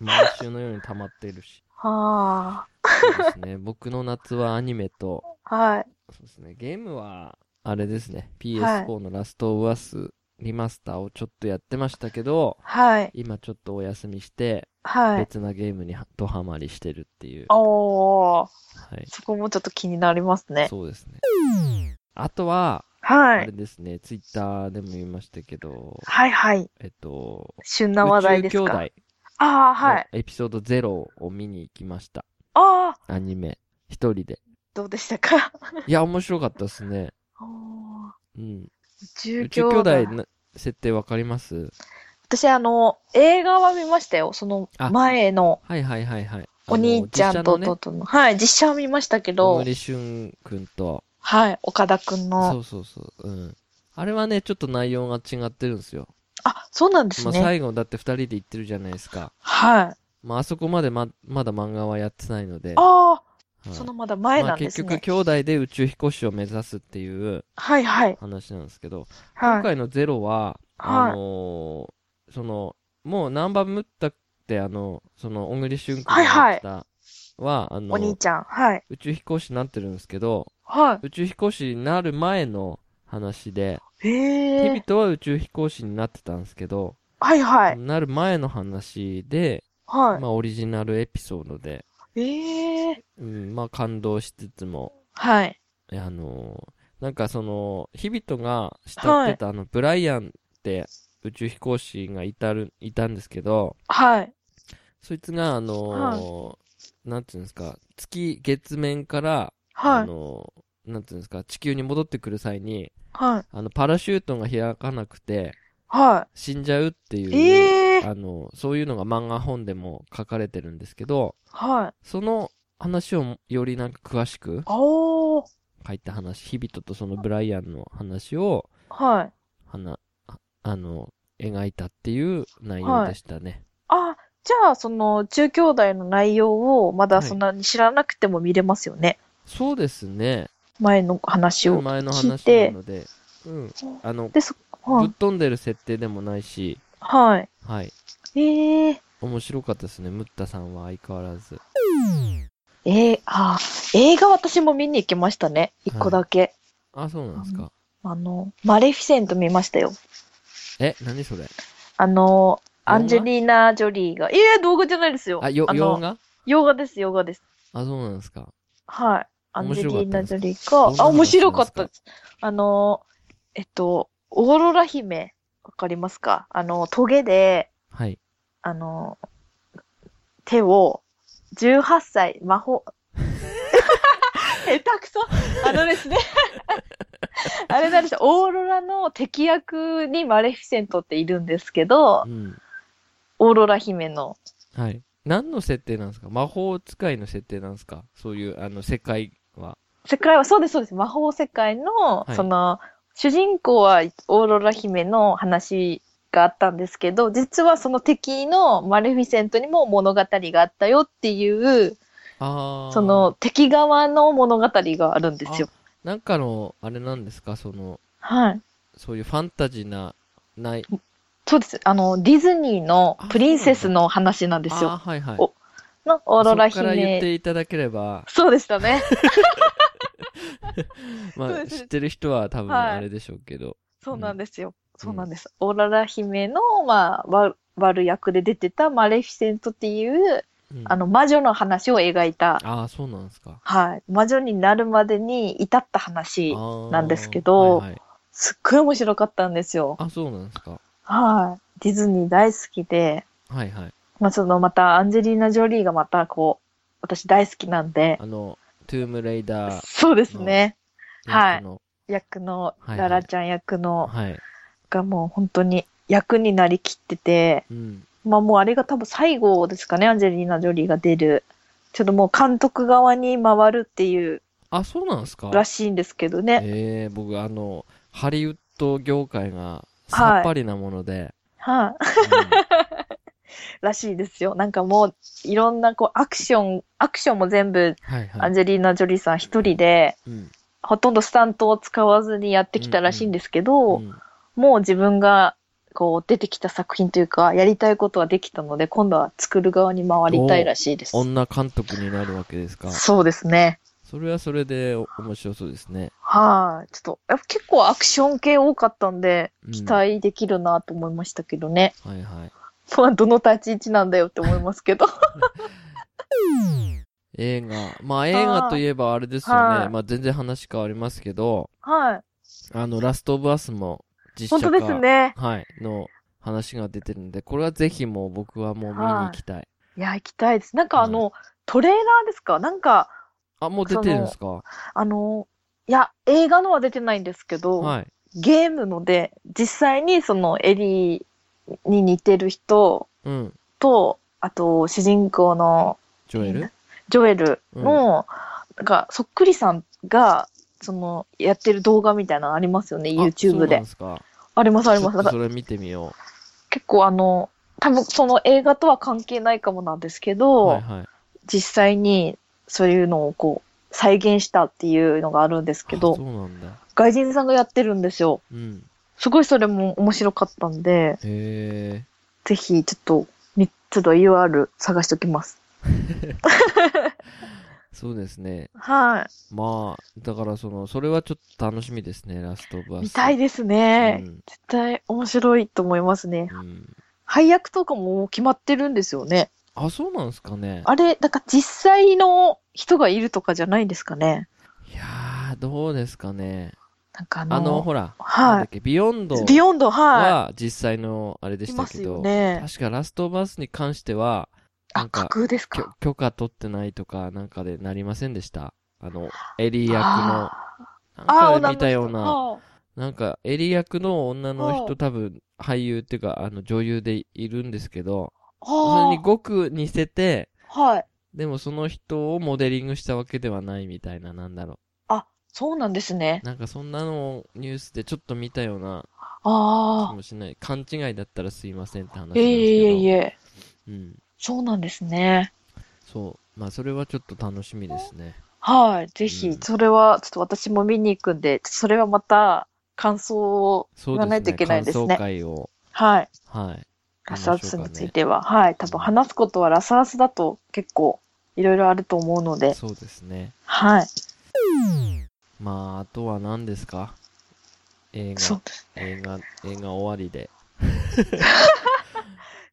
A: 毎週のように溜まってるし。
B: は
A: そうですね。 僕の夏はアニメと、
B: あ。はい。
A: そうですね。ゲームは、あれですね。
B: はい
A: PS4 のラストオブアスリマスターをちょっとやってましたけど、
B: はい。
A: 今ちょっとお休みして、
B: はい。
A: 別なゲームにドハマりしてるっていう。
B: おー。
A: はい。
B: そこもちょっと気になりますね。
A: そうですね。あとは、あ
B: は
A: れ
B: い。
A: ですね、ツイッターでも言いましたけど、
B: はいはい。
A: えっと、
B: 旬な話題
A: 宇
B: で
A: 宙
B: す
A: 兄
B: か。
A: 弟
B: ああ、はい。
A: のエピソード0を見に行きました。
B: ああ、
A: アニメ。一人で。
B: どうでしたか。
A: いや、面白かったですね。
B: おー
A: うん。
B: 宇
A: 宇
B: 宙
A: 宙
B: 兄
A: 兄
B: 弟。
A: 弟の設定わかります
B: 私、あの、映画は見ましたよ。その
A: あ
B: 前の
A: はいはいはいはい。
B: お兄ちゃんと
A: あの実写のね
B: 弟の。はい、実写は見ましたけ
A: 小
B: ど、
A: 栗旬くんと、
B: はい、岡田くん
A: そ
B: の。
A: うそうそう。うん。あれはね、ちょっと内容が違ってるんですよ。
B: あ、そうなんです
A: まあ
B: ね。
A: 最後だって二人で行ってるじゃないですか。
B: はい。
A: まああそこまでま、まだ漫画はやってないので。
B: あ
A: は
B: あ、
A: い
B: そのまだ前
A: ま
B: な
A: あ
B: んで
A: 結
B: す
A: 局
B: ね。
A: 兄弟で宇宙飛行士を目指すっていう
B: はいはい。
A: 話なんですけど、今
B: はい。
A: 回のゼロは、あ
B: はい
A: のーその、もうナンバームッタってあの、その、小栗旬君がやってた、はあ
B: お兄
A: の、
B: ちゃん。はい。
A: 宇宙飛行士になってるんですけど、
B: は
A: 宇宙飛行士になる前の話で、
B: い。へ
A: 日
B: え
A: 々。とは宇宙飛行士になってたんですけど、
B: はいはい。
A: なる前の話で、
B: は
A: まあオリジナルエピソードで、
B: い。ええ。
A: うん、まあ感動しつつも、
B: はい。
A: あのーなんかその、日々とが慕ってた、あの、ブライアンって宇宙飛行士がいたる、いたんですけど、
B: はい。
A: そいつが、あのーなんていうんですか、月、月面から、
B: は
A: あ
B: い。
A: のーなんていうんですか、地球に戻ってくる際に、
B: はい。
A: あの、パラシュートが開かなくて、
B: は
A: 死んじゃうっていう、
B: い。ええ。
A: あの、そういうのが漫画本でも書かれてるんですけど、
B: はい。
A: その話をよりなんか詳しく
B: おー。
A: 書いた話、日々ととそのブライアンの話を、
B: はい。
A: はな、ああの、描いたっていう内容でしたね。
B: あ、じゃあ、その、中兄弟の内容をまだ
A: はい
B: そんなに知らなくても見れますよね。
A: そうですね。
B: 前の話を
A: 前の
B: 聞
A: 話
B: い
A: な
B: て。
A: ので、うん。あの、ぶ
B: で、そ、は
A: っ
B: い。
A: 飛んでる設定でもないし、
B: はい。
A: はい。
B: ええ。
A: 面白かったですね、ムッタさんは相変わらず。
B: ええ、あー、映画私も見に行きましたね。一個だけ。
A: あ、そうなんですか。
B: あの、マレフィセント見ましたよ。
A: え、何それ
B: あの、
A: 画
B: アンジェリーナ・ジョリーが。いえ、動画じゃないですよ。
A: あ、よ、
B: あ
A: 洋
B: の、
A: 画
B: 洋画です、洋画です。
A: あ、そうなんですか。
B: はい。アン
A: 面
B: ジェ
A: 白
B: リ
A: かった
B: ーナ・
A: です
B: ジ
A: か
B: ョリー
A: どん
B: が。
A: な
B: あ、
A: 話
B: 面白かった
A: なん
B: ですあの、えっと、オーロラ姫、わかりますかあの、トゲで、
A: はい。
B: あの、手を、18歳、魔法、下手くそあのですね、 あれなんですよオーロラの敵役にマレフィセントっているんですけど
A: う、ん。
B: オーロラ姫の。
A: はい。何の設定なんですか魔法使いの設定なんですかそういう、あの、世界は。
B: 世界は、そうです、そうです。魔法世界の、
A: はい
B: その、主人公はオーロラ姫の話があったんですけど、実はその敵のマレフィセントにも物語があったよっていう、
A: あー
B: その敵側の物語があるんですよ。
A: なんかの、あれなんですか、その、
B: はい。
A: そういうファンタジーな、ない、
B: そうです。あの、ディズニーのプリンセスの話なんです
A: あー
B: よ。
A: はいはい。
B: おのオーロラ
A: そこから言っ
B: 姫。
A: ていただければ、
B: そうでしたね。
A: ま
B: そう
A: あ、
B: です
A: 知ってる人は多分
B: はい
A: あれでしょうけど。
B: そうなんですよ。そうなんです。オーロラ姫の、まあ、ワワル役で出てたマレフィセントっていう、
A: うん
B: あの、魔女の話を描いた、
A: あーそうなんですか。
B: はい。魔女になるまでに至った話、な
A: なん
B: ですけど
A: はいはい、
B: すっごい面白かったんですよ。
A: あ、そうなんですか。
B: はい。ディズニー大好きで、
A: はいはい。
B: まあ、その、また、アンジェリーナ・ジョリーがまた、こう、私大好きなんで、
A: あの、トゥームレイダー
B: そうですね。はい
A: の、
B: 役の、
A: はいはい
B: ララちゃん役の、
A: はい。
B: がもう本当に役になりきってて、
A: うん。
B: まあもうあれが多分最後ですかね、アンジェリーナ・ジョリーが出る。ちょっともう監督側に回るっていう
A: あ、そうなんですから
B: しいんですけどね。
A: ええ僕、あの、ハリウッド業界がさ
B: はい
A: っぱりなも ので、
B: はい、らしいですよ。なんかもう、いろんなこう、アクション、アクションも全部、
A: うんはいは
B: アン
A: い。
B: ジェリーナ・ジョリーさん一人で、
A: うん
B: ほとんどスタントを使わずにやってきたらしいんですけど、
A: うん
B: もう自分が、こう、出てきた作品というか、やりたいことはできたので、今度は作る側に回りたいらしいです。
A: 女監督になるわけですか。
B: そうですね。
A: それはそれでお面白そうですね。
B: はい、ちょっと、やっぱ結構アクション系多かったんで、
A: うん
B: 期待できるなと思いましたけどね。
A: はいはい。
B: まあ、どの立ち位置なんだよって思いま すけど。
A: 映画。まあ映画といえばあれですよ
B: は
A: ね。
B: い
A: まあ全然話変わりますけど、
B: はい。
A: あの、ラストオブアスも実
B: 本
A: 写
B: 当
A: 化。
B: ですね。
A: はい。の話が出てるんで、これはぜひもう僕はもう見に行きたい。
B: いや、行きたいです。なんかあの、トレーラーですかなんか、
A: あ、もう出てるんですか
B: あの、いや、映画のは出てないんですけど、
A: はい。
B: ゲームので、実際にそのエリーに似てる人
A: うん。
B: と、あと、主人公の
A: ジョエル
B: ジョエルの、なんか、そっくりさんが、その、やってる動画みたいなのありますよね、
A: あそう
B: YouTube
A: なん
B: で。
A: ですか
B: あります、あります。
A: ちょっ
B: な
A: と
B: んか
A: それ見てみよ
B: 結構あの、多分その映画とは関係ないかもなんですけ
A: う。
B: ど、
A: はいはい。
B: 実際にそういうのをこう、再現したっていうのがあるんですけ
A: あ
B: ど
A: そ、うなんだ。
B: 外人さんがやってるんですよ。
A: うん。
B: すごいそれも面白かったん
A: へ
B: で、
A: え。
B: ぜひちょっと、みちょっと UR 探しておきます。
A: そうですね。
B: は
A: まあ、だからその、それはちょっと楽しみですね、ラストオブアス。
B: い。見たいですね。絶対面白いと思いますね。
A: うん。うん。
B: 配役とかももう決まってるんですよね。
A: あ、そうなんですかね。
B: あれ、なんか実際の人がいるとかじゃないんですかね。
A: いやー、どうですかね。
B: なんかあの、
A: あの、ほら、
B: はい
A: なんだっけ、ビヨンド
B: ビヨンド、は
A: は実際のあれで
B: い。い
A: し
B: ま
A: たけ
B: すよ
A: ど、
B: ね。
A: 確かラストバスに関しては、な
B: あ、
A: ん
B: 架
A: か
B: 空です
A: きょ
B: か。
A: 許可取ってないとかなんかでなりませんでしたあの、エリ役の、なん
B: あーあー、
A: か
B: 女
A: で
B: の
A: 見たよう
B: 人
A: な、
B: は
A: なんかエリ役の女の
B: は
A: 人
B: い
A: 多分俳優っていうかあの女優でいるんですけど、
B: あ
A: それ
B: は
A: にごく似せて、
B: あ、はい。
A: でもその人をモデリングしたわけではないみたいな、なんだろ
B: あ、そうなんですね
A: う。。なんかそんなのをニュースでちょっと見たようなか
B: ああ、
A: もしれない。勘違いだったらすいませんって話なんですけ
B: え
A: ど。
B: えいえいえ、
A: うん。
B: そうなんですね。
A: そう。まあ、それはちょっと楽しみですね。
B: はい、ぜ
A: う
B: ひ、
A: ん
B: それは、ちょっと私も見に行くんで、それはまた、感想を、
A: そうで
B: 言わ
A: す
B: ないとい
A: ね。
B: けない
A: 感
B: です
A: 想
B: ね。
A: 会を。
B: はい。
A: はい。
B: ラスアスについては、はい。多分
A: うん
B: 話すことはラスアスだと結構いろいろあると思うので、
A: そうですね。
B: はい。
A: まあ、あとは何ですか映
B: そう
A: 画、
B: です。
A: 映画、映画終わりで。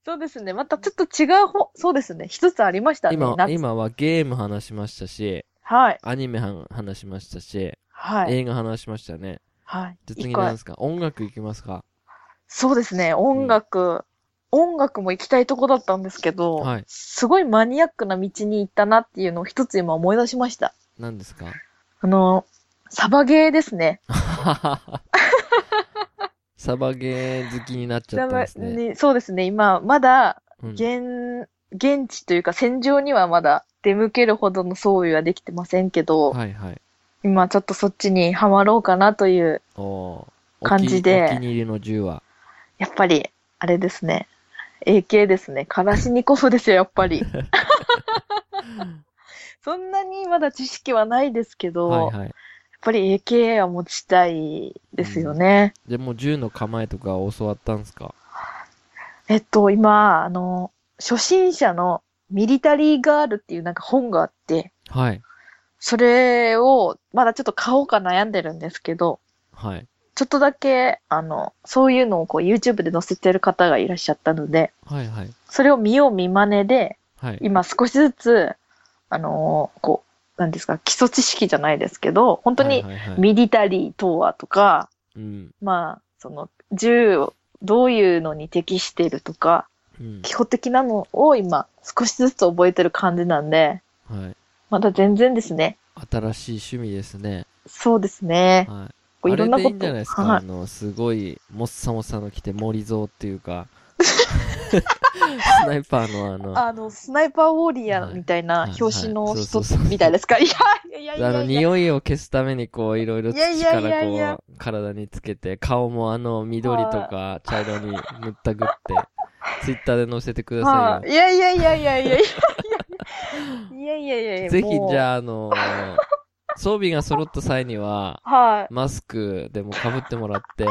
B: そうですね。またちょっと違う方、そうですね。一つありましたね。
A: 今、
B: 夏
A: 今はゲーム話しましたし、
B: はい。
A: アニメは話しましたし、
B: はい。
A: 映画話しましたね。
B: はい。
A: じゃあ次
B: 一個
A: 何ですか音楽いきますか
B: そうですね。音楽、音楽も行きたいとこだったんですけど、
A: はい
B: すごいマニアックな道に行ったなっていうのを一つ今思い出しました。
A: 何です か
B: あの、サバゲーですね。
A: サバゲー好きになっちゃったんですね。
B: にそうですね。今、まだ、
A: うん
B: 現、現地というか戦場にはまだ出向けるほどの装備はできてませんけど、
A: はいはい。
B: 今ちょっとそっちにはまろうかなという、
A: おーお気
B: 感じで
A: お気に入りの銃は。
B: やっぱり、あれですね。AK ですね。カラシニコフですよ、やっぱ り。そんなにまだ知識はないですけど、
A: はいはい。
B: やっぱり英系 a は持ちたいですよね。
A: じゃあもう銃の構えとか教わったんすか
B: えっと、今、あの、初心者のミリタリーガールっていうなんか本があって、
A: はい。
B: それをまだちょっと買おうか悩んでるんですけど、
A: はい。
B: ちょっとだけ、あの、そういうのをこう YouTube で載せてる方がいらっしゃったので、
A: はいはい。
B: それを見よう見真似で、
A: はい。
B: 今少しずつ、あのーこう、なんですか、基礎知識じゃないですけど、本当に
A: はいはいはい、
B: ミリタリーとはとか、
A: うん。
B: まあ、その、銃をどういうのに適しているとか、
A: うん。
B: 基本的なのを今、少しずつ覚えてる感じなんで、
A: はい。
B: まだ全然ですね。
A: 新しい趣味ですね。
B: そうですね。
A: はい。
B: こういろんな
A: あれで
B: こ
A: いいんじゃないです
B: と。
A: か、
B: は
A: あの、すごい、もっさもっさの着て、森蔵っていう か、スナイパーのあの、あ
B: あの、スナイパーウォーリアーみたいな
A: はい
B: 表紙の
A: はいそ
B: 人
A: うそうそう
B: みたいですかいやいやいやい
A: の、
B: やいや。
A: 匂いを消すために、こう、いろいろ
B: いや
A: 土
B: い
A: か
B: やいやい
A: ら
B: や
A: こう、体につけて、顔もあの、緑とか茶色に塗ったぐって、ツイッターで載せてくださ
B: はいいいやいやいやいやいやいやいやいやいやいや
A: よ。ぜひ、じ
B: あ。
A: ゃあ、あの、装備が揃った際には、
B: はい。
A: マスクでも被ってもらって、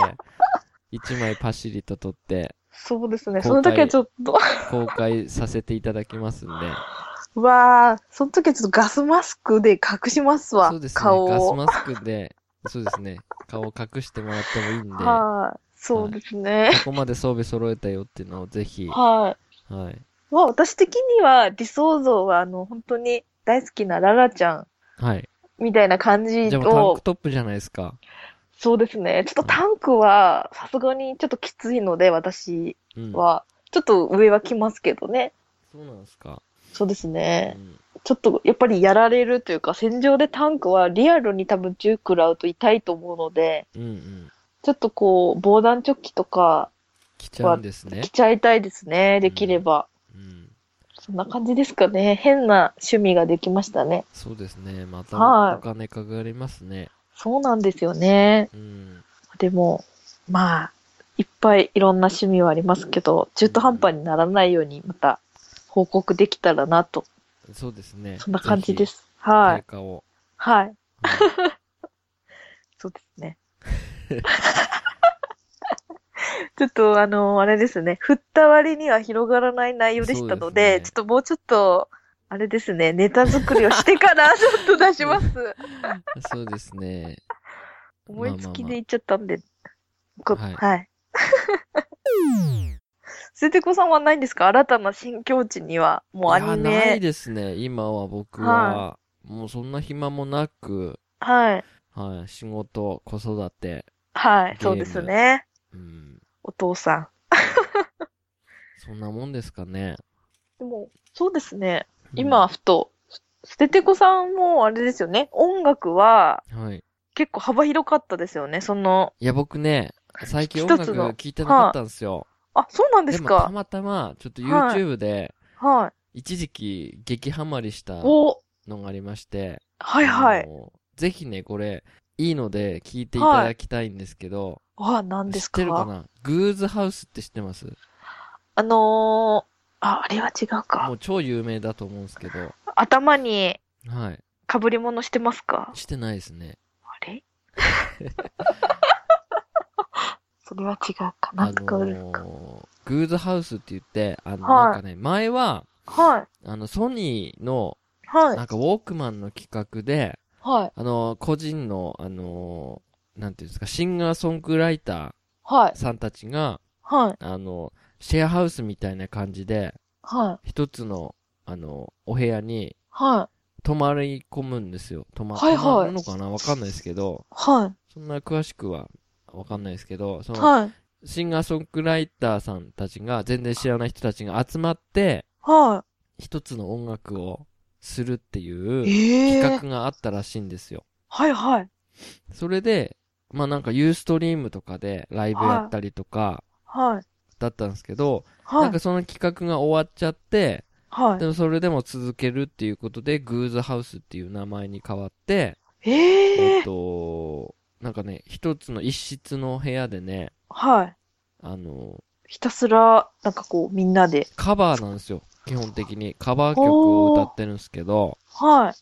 A: 一枚パシリと取って、
B: そうですね。
A: 公開
B: その時はちょっと、
A: 公開させていただきますんで。
B: うわあ、その時はちょっとガスマスクで隠しますわ。
A: そうですね。
B: 顔
A: ガス
B: を。
A: マスクで、そうですね。顔を隠してもらってもいいんで、こ
B: はい。そうですね。
A: こまで装備揃えたよっていうのをぜひ、は。
B: はい
A: はい。
B: い。まあ私的には理想像は、あの、本当に大好きなララちゃんみたいな感じ
A: じゃあもうタン
B: を
A: ク、トップじゃないですか。
B: そうですね。ちょっとタンクはさすがにちょっときついので、私
A: うん。
B: は。ちょっと上は来ますけどね。
A: そうなんですか。
B: そうです
A: う
B: ね。
A: ん。
B: ちょっとやっぱりやられるというか、戦場でタンクはリアルに多分銃食らうと痛いと思うので、
A: うんうん。
B: ちょっとこう、防弾チョッキとか
A: 来ちゃうんですね
B: 着。ちゃいたいですね。できれば。
A: うん。
B: そんな感じですかね。変な趣味ができましたね。
A: そうですね。また
B: はい
A: お金かかりますね。
B: そうなんですよね。
A: うん。
B: でも、まあ、いっぱいいろんな趣味はありますけど、中途半端にならないようにまた報告できたらなと。
A: そうですね。。
B: そんな感じですす。は
A: 成
B: い。
A: 果を。
B: はい。
A: はい
B: そうですね。 ちょっとあの、あれですね。振った割には広がらない内容でした
A: そ
B: ので、
A: うですね
B: ちょっともうちょっと、あれですね。ネタ作りをして から、ちょっと出します。
A: そうですね。
B: 思いつき
A: まあまあまあ
B: で言っちゃったんで。こ
A: はい
B: はい。ステコさんはないんですか新たな新境地には、もうア
A: いや
B: ニ
A: ない
B: メ。
A: ですね。今は僕は、もうそんな暇もなく、
B: はい。
A: はい。仕事、子育て、
B: はい。そうですね。
A: うん。
B: お父さん。
A: そんなもんですかね。
B: でも、そうですね。
A: うん
B: 今、、ふと、ステテコさんもあれですよね。音楽は
A: はい。
B: 結構幅広かったですよね。その、
A: いや、僕ね、最近
B: 一
A: 音
B: つの
A: 楽聴いてなかったんですよ。
B: あ、そうなんで
A: ですも、た
B: か。
A: またま、ちょっと
B: はい
A: YouTube で、
B: はい。
A: 一時期激ハマりした
B: お、
A: のがありまして、
B: はいは
A: あ
B: い。
A: のぜひね、これ、いいので聴いていただきたいんですけど、
B: あ、何で
A: 知っ
B: す
A: てるか
B: か。
A: なグーズハウスって知ってます
B: あのー、あ、あれは違う
A: も
B: か。
A: う超有名だと思うんですけど、
B: 頭に
A: はい。
B: 被り物してますか
A: してないですね。
B: あ れそれは違うか。な
A: あ
B: んとかある。
A: のー、グーズハウスって言って、あの、
B: はい
A: なんかね、前は、
B: はい。
A: あの、ソニーの、
B: はい。
A: なんかウォークマンの企画で、
B: はい。
A: あの、個人の、あの、なんていうんですか、シンガーソングライタ
B: はい
A: ー。さんたちが、
B: はい。
A: あの、シェアハウスみたいな感じで、
B: はい。
A: 一つの、あの、お部屋に
B: はい。
A: 泊まり込むんですよ。泊ま、
B: はいはい
A: 泊まるのかなわかんないですけど、
B: はい。
A: そんな詳しくは、わかんないですけど、その、
B: はい。
A: シンガーソングライターさんたちが、全然知らない人たちが集まって、
B: は
A: 一つの音楽をするっていう
B: い。え
A: 企画
B: え。
A: があったらしいんですよ。
B: はいはい。
A: それで、まあなんかユーストリームとかでライブやったりとか
B: はい。
A: だったんですけど、
B: は
A: なんか
B: い。
A: その企画が終わっちゃって、
B: はい
A: で。もそれでも続けるっていうことで、グーズハウスっていう名前に変わって、
B: え
A: え
B: え
A: っと、なんかね、一つの一室の部屋でね、
B: はい。
A: あの、
B: ひたすら、なんかこう、みんなで。
A: カバーなんですよ。基本的に。カバー曲を歌ってるんですけど、
B: は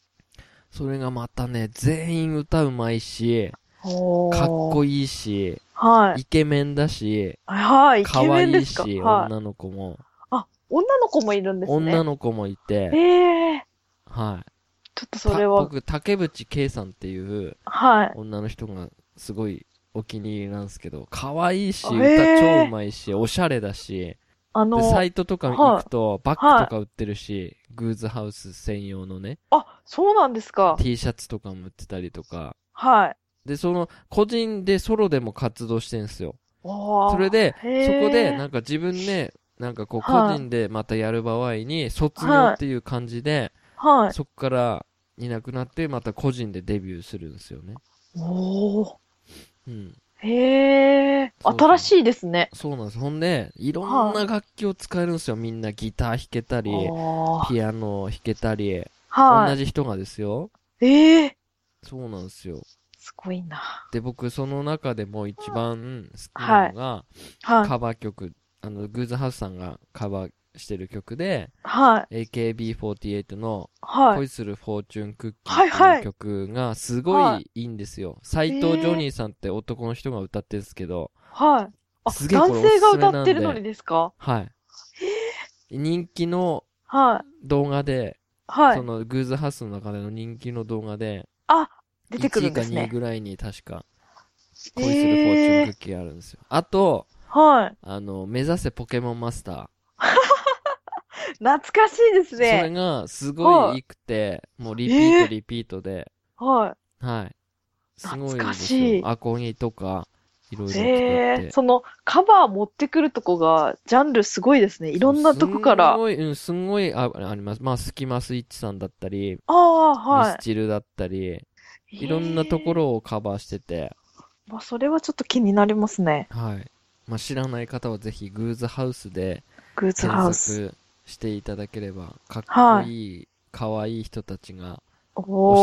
A: それがまたね、全員歌うまいし、
B: お
A: かっ
B: いい。
A: こいいし、
B: はい。
A: イケメンだし、
B: はい、イ
A: 可
B: ケメ
A: 愛
B: ン
A: い
B: です
A: し、
B: か。はい。
A: 女の子も、
B: あ、女の子もいるんですね。
A: 女の子もいて、
B: ええ
A: はい。
B: ちょっとそ
A: た
B: れは、
A: 僕、竹渕圭さんっていう
B: はい。
A: 女の人がすごいお気に入りなんですけど、可愛いし、
B: あ
A: 歌
B: へー
A: 超うまいし、おしゃれだし、
B: あ
A: で、サ
B: の、
A: イトとか
B: は
A: 行
B: い
A: くと、バッグとか売ってるし、グーズハウス専用のね、
B: あ、そうなんですか。
A: T シャツとかも売ってたりとか、
B: はい。
A: で、その、個人でソロでも活動してんすよ。
B: おー
A: それで、そ
B: へー
A: こで、なんか自分で、なんかこう、個
B: はい
A: 人でまたやる場合に、卒業っていう感じで、
B: はい。
A: そこからいなくなって、また個人でデビューするんですよね。
B: おお。
A: うん。
B: へえ。
A: そうそう
B: 新しいですね。
A: そうなんです。ほんで、いろんな楽器を使えるんですよ。みんなギター弾けたり、
B: あー
A: ピアノを弾けたり、同
B: は
A: じ人がですよ。
B: い。ええ。
A: そうなんですよ。
B: すごいな。
A: で、僕、その中でも一番好きなのが、
B: はい。
A: カバー曲、あの、グーズハウスさんがカバーしてる曲で、
B: はい。
A: AKB48 の
B: はい。
A: 恋するフォーチュンクッキ
B: はい
A: ーって
B: はいいう
A: 曲がすごいいいんですよ。斎藤ジョニーさんって男の人が歌ってるんですけど、
B: はい。あ、
A: すげえこれ
B: 男性が
A: おすすめなんで
B: 歌ってるのにですか
A: はい。人気の
B: はい。
A: 動画で、
B: は
A: そ
B: い。
A: のグーズハウスの中での人気の動画で、
B: あ、出てく
A: 1
B: る
A: 位
B: ん
A: か
B: です
A: 2位
B: ね。
A: ぐらいに確か
B: え
A: 恋するフォーチュンク
B: ー
A: ッキーあるんですよ。あと、
B: はい。
A: あの、目指せポケモンマスター。
B: 懐かしいです
A: それ
B: ね。
A: がすごい良くて、もうリピートリピートで、
B: は
A: はい。すごい
B: 懐
A: で
B: か
A: す
B: しい
A: よ。アコギとか、いろいろ
B: い。
A: 使って。
B: へえ。そのカバー持ってくるとこが、ジャンルすごいですね。いろんなとこか
A: す
B: ら。
A: ごい、うん、すごいああります。まあ、スキマスイッチさんだったり、
B: ああ、
A: ミ
B: は
A: スチルだったり、
B: い。
A: いろんなとこ
B: ろ。
A: ろをカバーしてて、
B: まあ、それはちょっと気になりますね。
A: はい。まあ、知らない方はぜひ、グーズハウスで
B: グーズハウ
A: 検
B: ス。
A: 索していただければ、かっ
B: は
A: こいい、可愛、い、人たちが、
B: お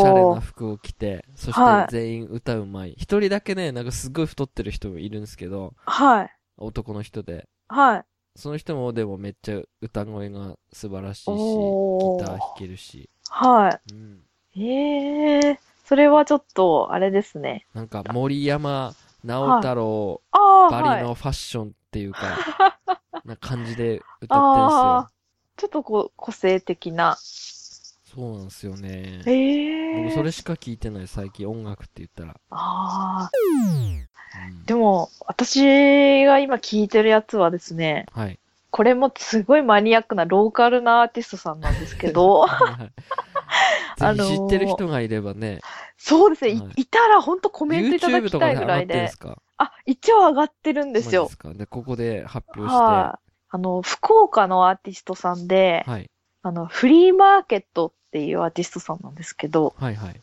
A: おしゃれ
B: お
A: な
B: ー。
A: 服を着て、そし
B: は
A: て
B: い
A: 全員歌うまい。一人だけね、なんかすごい太ってる人もいるんですけど、
B: はい。
A: 男の人で。
B: はい。
A: その人もでもめっちゃ歌声が素晴らしいし、ギ
B: おー
A: ター弾けるし。
B: は
A: うん。
B: い。ええそれはちょっと、あれですね。
A: なんか森山直太朗
B: ああ、
A: バ
B: は
A: リ
B: い。
A: のファッションっていうか、 な感じで歌
B: あ
A: っ
B: あ、ちょっとこう、個性的
A: てるん
B: な。
A: ですよ。そうなんですよね。
B: ええ
A: 僕それしか聞いてない最近音楽って言ったら。
B: ああ。
A: うん
B: でも、私が今聞いてるやつはですね、
A: はい。
B: これもすごいマニアックなローカルなアーティストさんなんですけ ど、
A: はいぜひ知ってる人がいればね、
B: そうですね、い
A: はい
B: いたら本当コメントいただ
A: YouTube
B: き
A: とか
B: た
A: で
B: い
A: 上
B: ぐ
A: がっ
B: ら
A: て
B: い
A: るんで。
B: です
A: か
B: あ、一応上がってるんです
A: マジ
B: よ
A: で。かで、ここで発表して、は
B: はい。あの、福岡のアーティストさんで
A: い、、はい、
B: あの、フリーマーケットっていうアーティストさんなんですけど、
A: はい、はい。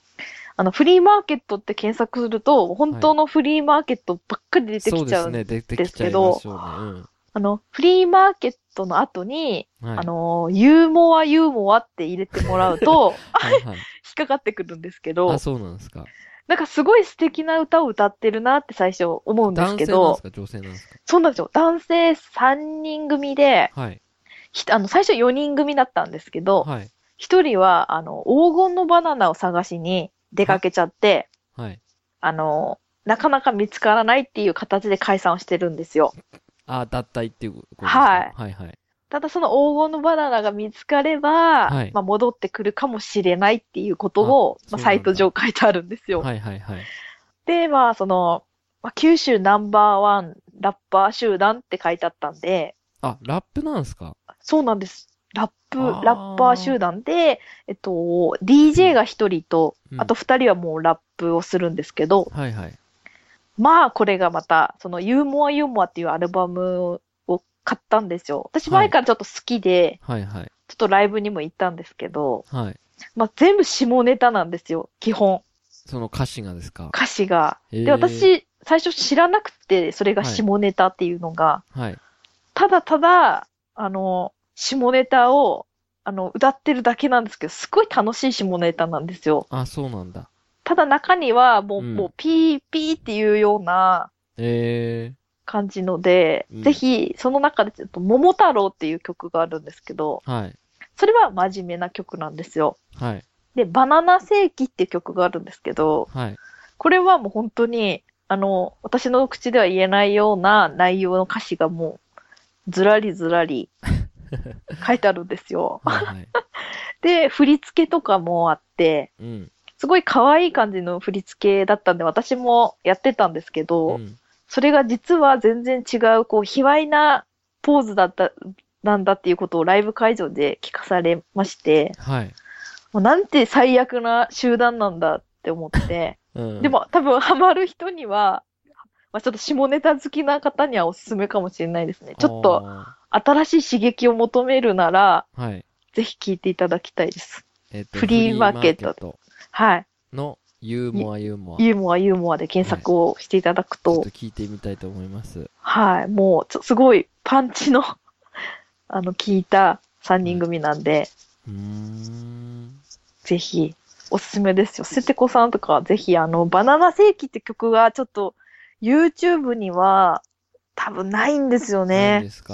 B: あの、フリーマーケットって検索すると、本当のフリーマーケットばっかり出て
A: そ
B: き
A: う
B: ち
A: で
B: ゃ
A: す
B: うん
A: ね、出て
B: で
A: き
B: す
A: ちゃ
B: け
A: いま
B: ど
A: しょうね。
B: あの、フリーマーケットの後に、
A: うん。はい。
B: あの、ユーモアユーモアって入れてもらう と、
A: はい、 はい。
B: 引っかかってくるんですけ
A: あ、
B: ど、
A: そうなんですか。
B: なんかすごい素敵な歌を歌ってるなって最初思うんです
A: 男
B: け
A: 性なんで
B: ど
A: す、か、女性なんですか。
B: そうなんですよ。男性3人組で、
A: はい、
B: ひあの、最初4人組だったんですけど、
A: はい、
B: 一人は、あの、黄金のバナナを探しに出かけちゃって、
A: はい。
B: あの、なかなか見つからないっていう形で解散をしてるんですよ。
A: あ、脱退っていうことですか。
B: はい
A: はい、はい。
B: ただその黄金のバナナが見つかれば、
A: はい
B: まあ戻ってくるかもしれないっていうことを、
A: あ
B: ま
A: そうな
B: あ、
A: んだ
B: サイト上書いてあるんですよ。
A: はい、はい、はい。
B: で、まあその、まあ、九州ナンバーワンラッパー集団って書いてあったんで、
A: あ、ラップなんですか。
B: そうなんです。ラップ、
A: あー
B: ラッパー集団で、えっと、DJ が一人と、
A: うん
B: あと二人はもうラップをするんですけど、
A: はい、はい。
B: まあこれがまた、そのユーモアユーモアっていうアルバムを買ったんですよ。私
A: はい
B: 前からちょっと好きで、
A: はい、はい。
B: ちょっとライブにも行ったんですけど、
A: はい。
B: まあ全部下ネタなんですよ、基本。
A: その歌詞がですか。
B: 歌詞が。
A: え
B: で、私、最初知らなくて、それが下ネタっていうのが、
A: はい。
B: ただただ、あの、下ネタを、あの、歌ってるだけなんですけど、すごい楽しい下ネタなんですよ。
A: あ、そうなんだ。
B: ただ中には、もう、
A: うん
B: もう、ピーピーっていうような
A: え
B: 感じので、
A: うん
B: ぜひ、その中でちょっと、桃太郎っていう曲があるんですけど、
A: ー、はい、
B: それは真面目な曲なんですよ。
A: はい、
B: で、バナナ世紀っていう曲があるんですけど、
A: はい。
B: これはもう本当に、あの、私の口では言えないような内容の歌詞がもう、ずらりず らり書いてあるんですよ。
A: はい はい。
B: で、振り付けとかもあって、
A: うん。
B: すごい可愛い感じの振り付けだったんで、私もやってたんですけ
A: う
B: ど、
A: ん。
B: それが実は全然違う、こう、卑猥なポーズだった、なんだっていうことをライブ会場で聞かされまして、
A: はい。
B: もうなんて最悪な集団なんだって思って、
A: うん。
B: で、も多分ハマる人には、まあ、ちょっと下ネタ好きな方にはおすすめかもしれないですね。ちょっと
A: あ
B: 新しい刺激を求めるなら、
A: ー。はい。
B: ぜひ聞いていただきたいです。
A: えっと、
B: フリーマーケット
A: フリマ
B: はい。
A: のユーモアユーモア。ち
B: ユーモアユーモアで検索をしていただく
A: ょ
B: と
A: っと、聞いてみたいと思います。
B: はい、もうちょ、すごいパンチの、 あの、効いた3人組なんで、
A: うーん。
B: ぜひ、おすすめですよ。ステコさんとか、ぜひ、あの、バナナ世紀って曲が、ちょっと、YouTube には、多分ないんですよ
A: 何
B: ね。
A: ですか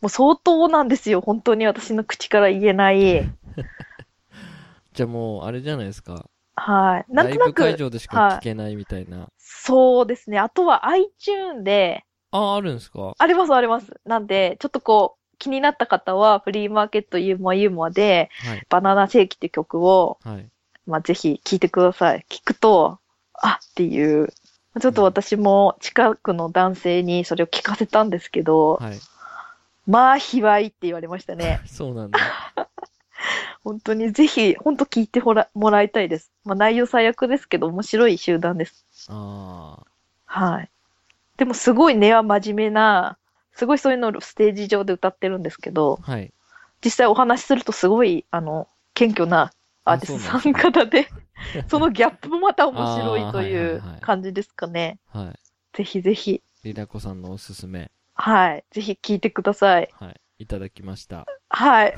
B: もう相当なんですよ。本当に私の口から言えない。
A: じゃあもう、あれじゃないですか。
B: はい。なんと
A: ラ
B: な
A: イブ会
B: く、
A: 場でしか聞けないみたいな。
B: そうですね。あとは iTune で、
A: あ、あるんですか
B: ありますあります。なんで、ちょっとこう、気になった方は、フリーマーケットユーモアユーモアで、
A: はい。
B: バナナ世紀って曲を、
A: はい。
B: まあ、ぜひ聞いてください。聞くと、あっていう。ちょっと私も近くの男性にそれを聞かせたんですけど、
A: はい。
B: まあ、卑猥って言われましたね。
A: そう なんだ。
B: 本当にぜひ、本当聞いてほらもらいたいです。まあ、内容最悪ですけど、面白い集団です。
A: ああ。
B: はい。でも、すごい根は真面目な、すごいそういうのをステージ上で歌ってるんですけど、
A: はい。
B: 実際お話しするとすごい、あの、謙虚なアーティストさん方で、 そのギャップもまた面白い
A: あーは
B: とい
A: いは
B: う
A: いはい
B: 感じですかね。
A: はい。
B: ぜひぜひ、
A: リラコさんのおすすめ。
B: はい、ぜひ聞いてください。
A: はい。いただきました。
B: はい。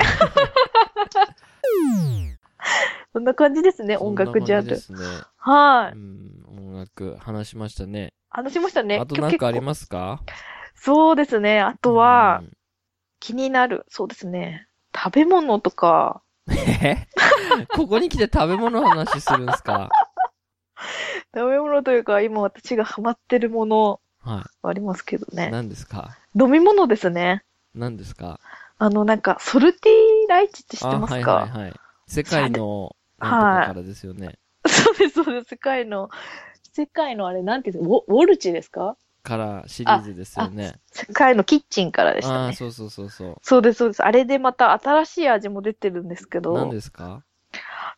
B: そんな感じですね、音楽ジャンル。
A: そんな感じですね。
B: は
A: う
B: い。
A: ん、音楽、話しましたね。
B: 話しましたね。
A: あと
B: 今
A: な
B: 日
A: ん
B: 結
A: かあり
B: 構
A: ますかあ
B: そうですね。あとは、、気になる。そうですね。食べ物とか、
A: うんえ ここに来て食べ物の話するんですか
B: 食べ物というか、今私がハマってるもの
A: は
B: はありますけど
A: い。
B: ね。
A: 何ですか
B: 飲み物ですね。
A: 何ですか
B: あの、なんか、ソルティライチって知って
A: あ、
B: ます
A: はい
B: か、
A: はいはい。世界の、なんとかからですよね。
B: そうです、そうです。世界の、世界のあれ、なんていうんですか、ウォウォルチですか
A: からシリーズですよね。
B: 世界のキッチンからでし
A: あ
B: た
A: あ、
B: ね。
A: そうそうそうそ
B: そうです、そうです。あれでまた新しい味も出てるんですけ
A: う。何
B: ど、
A: ですか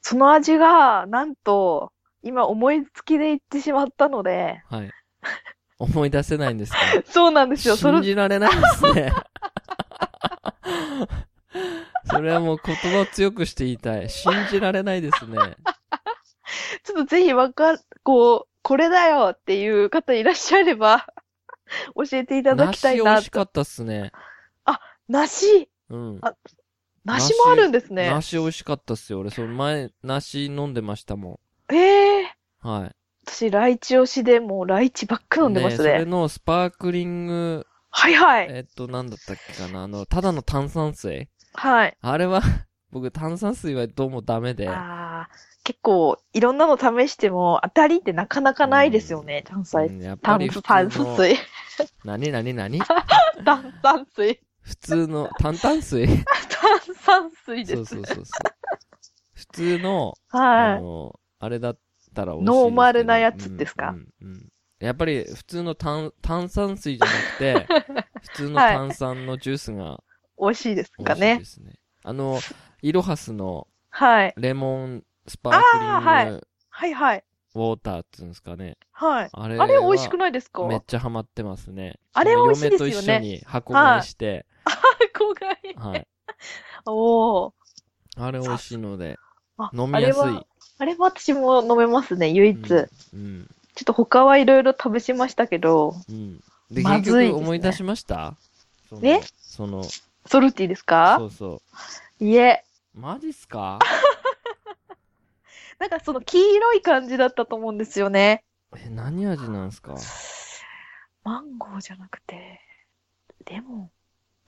B: その味が、なんと、今思いつきで言ってしまったので、
A: はい。 思い出せないんですか
B: そうなんですよ。そ
A: 信
B: れ、
A: じられないですね。 それはもう言葉を強くして言いたい。信じられないですね。
B: ちょっとぜひわかる、こう、これだよっていう方いらっしゃれば、 教えていただきた
A: 梨
B: い
A: 美
B: な
A: 味し。かったっすね。
B: 梨、
A: うん。
B: 梨もあるんですね。
A: 梨美味しかったっすよ。俺、その前、梨飲んでましたも
B: ええ
A: ん。はい。
B: 私、ライチ推しで、もうライチばっか飲んでます
A: それ
B: ね。
A: のスパークリング、
B: はいはい。
A: えっと、なんだったっけかな。あの、ただの炭酸水
B: はい。
A: あれは、 僕、炭酸水はどうもダメで。
B: ああ、結構、いろんなの試しても、当たりってなかなかないですよね、炭
A: う
B: 酸、
A: んやっぱ
B: 炭
A: り普通
B: 炭
A: の
B: 酸。水。
A: 何何何
B: 炭酸水。
A: 普通の、炭炭水
B: 炭酸水で
A: そう
B: す
A: そう。そうそう。普通の、あ
B: は
A: の、あれだったら美味しいですけど。
B: ノーマルなやつですか
A: うんうんうんやっぱり普通の炭炭酸水じゃなく て、普通の
B: はい
A: 炭酸のジュースが
B: い。美味しいです
A: 美
B: か
A: 味しい
B: ね
A: で。すね。あの、イロハスの
B: はい。
A: レモンスパー
B: あー
A: ク
B: は
A: リ
B: い
A: ング
B: はいはい。
A: ウォーターっていうんですかね。
B: はい。
A: あれは
B: あれ、美味しくないですか
A: めっちゃハマってますね。
B: あれ
A: その
B: 美味しいですよね
A: 嫁と一緒に箱買いして、
B: 憧れ。
A: はい。
B: おお。
A: あれ美味しいので、
B: あ
A: 飲みやすい
B: あれは、あれは私も飲めますね、唯一。
A: うん
B: ち
A: うん。
B: ょっと他はいろいろ試しましたけど、
A: うん。で、
B: ま
A: 結
B: ずいですね
A: 局思い出しましたその
B: え
A: その、
B: ソルティですか
A: そうそう。
B: いえ。
A: マジっすか
B: なんかその黄色い感じだったと思うんですよね。
A: え、何味なんすか
B: マンゴーじゃなくて、レモン。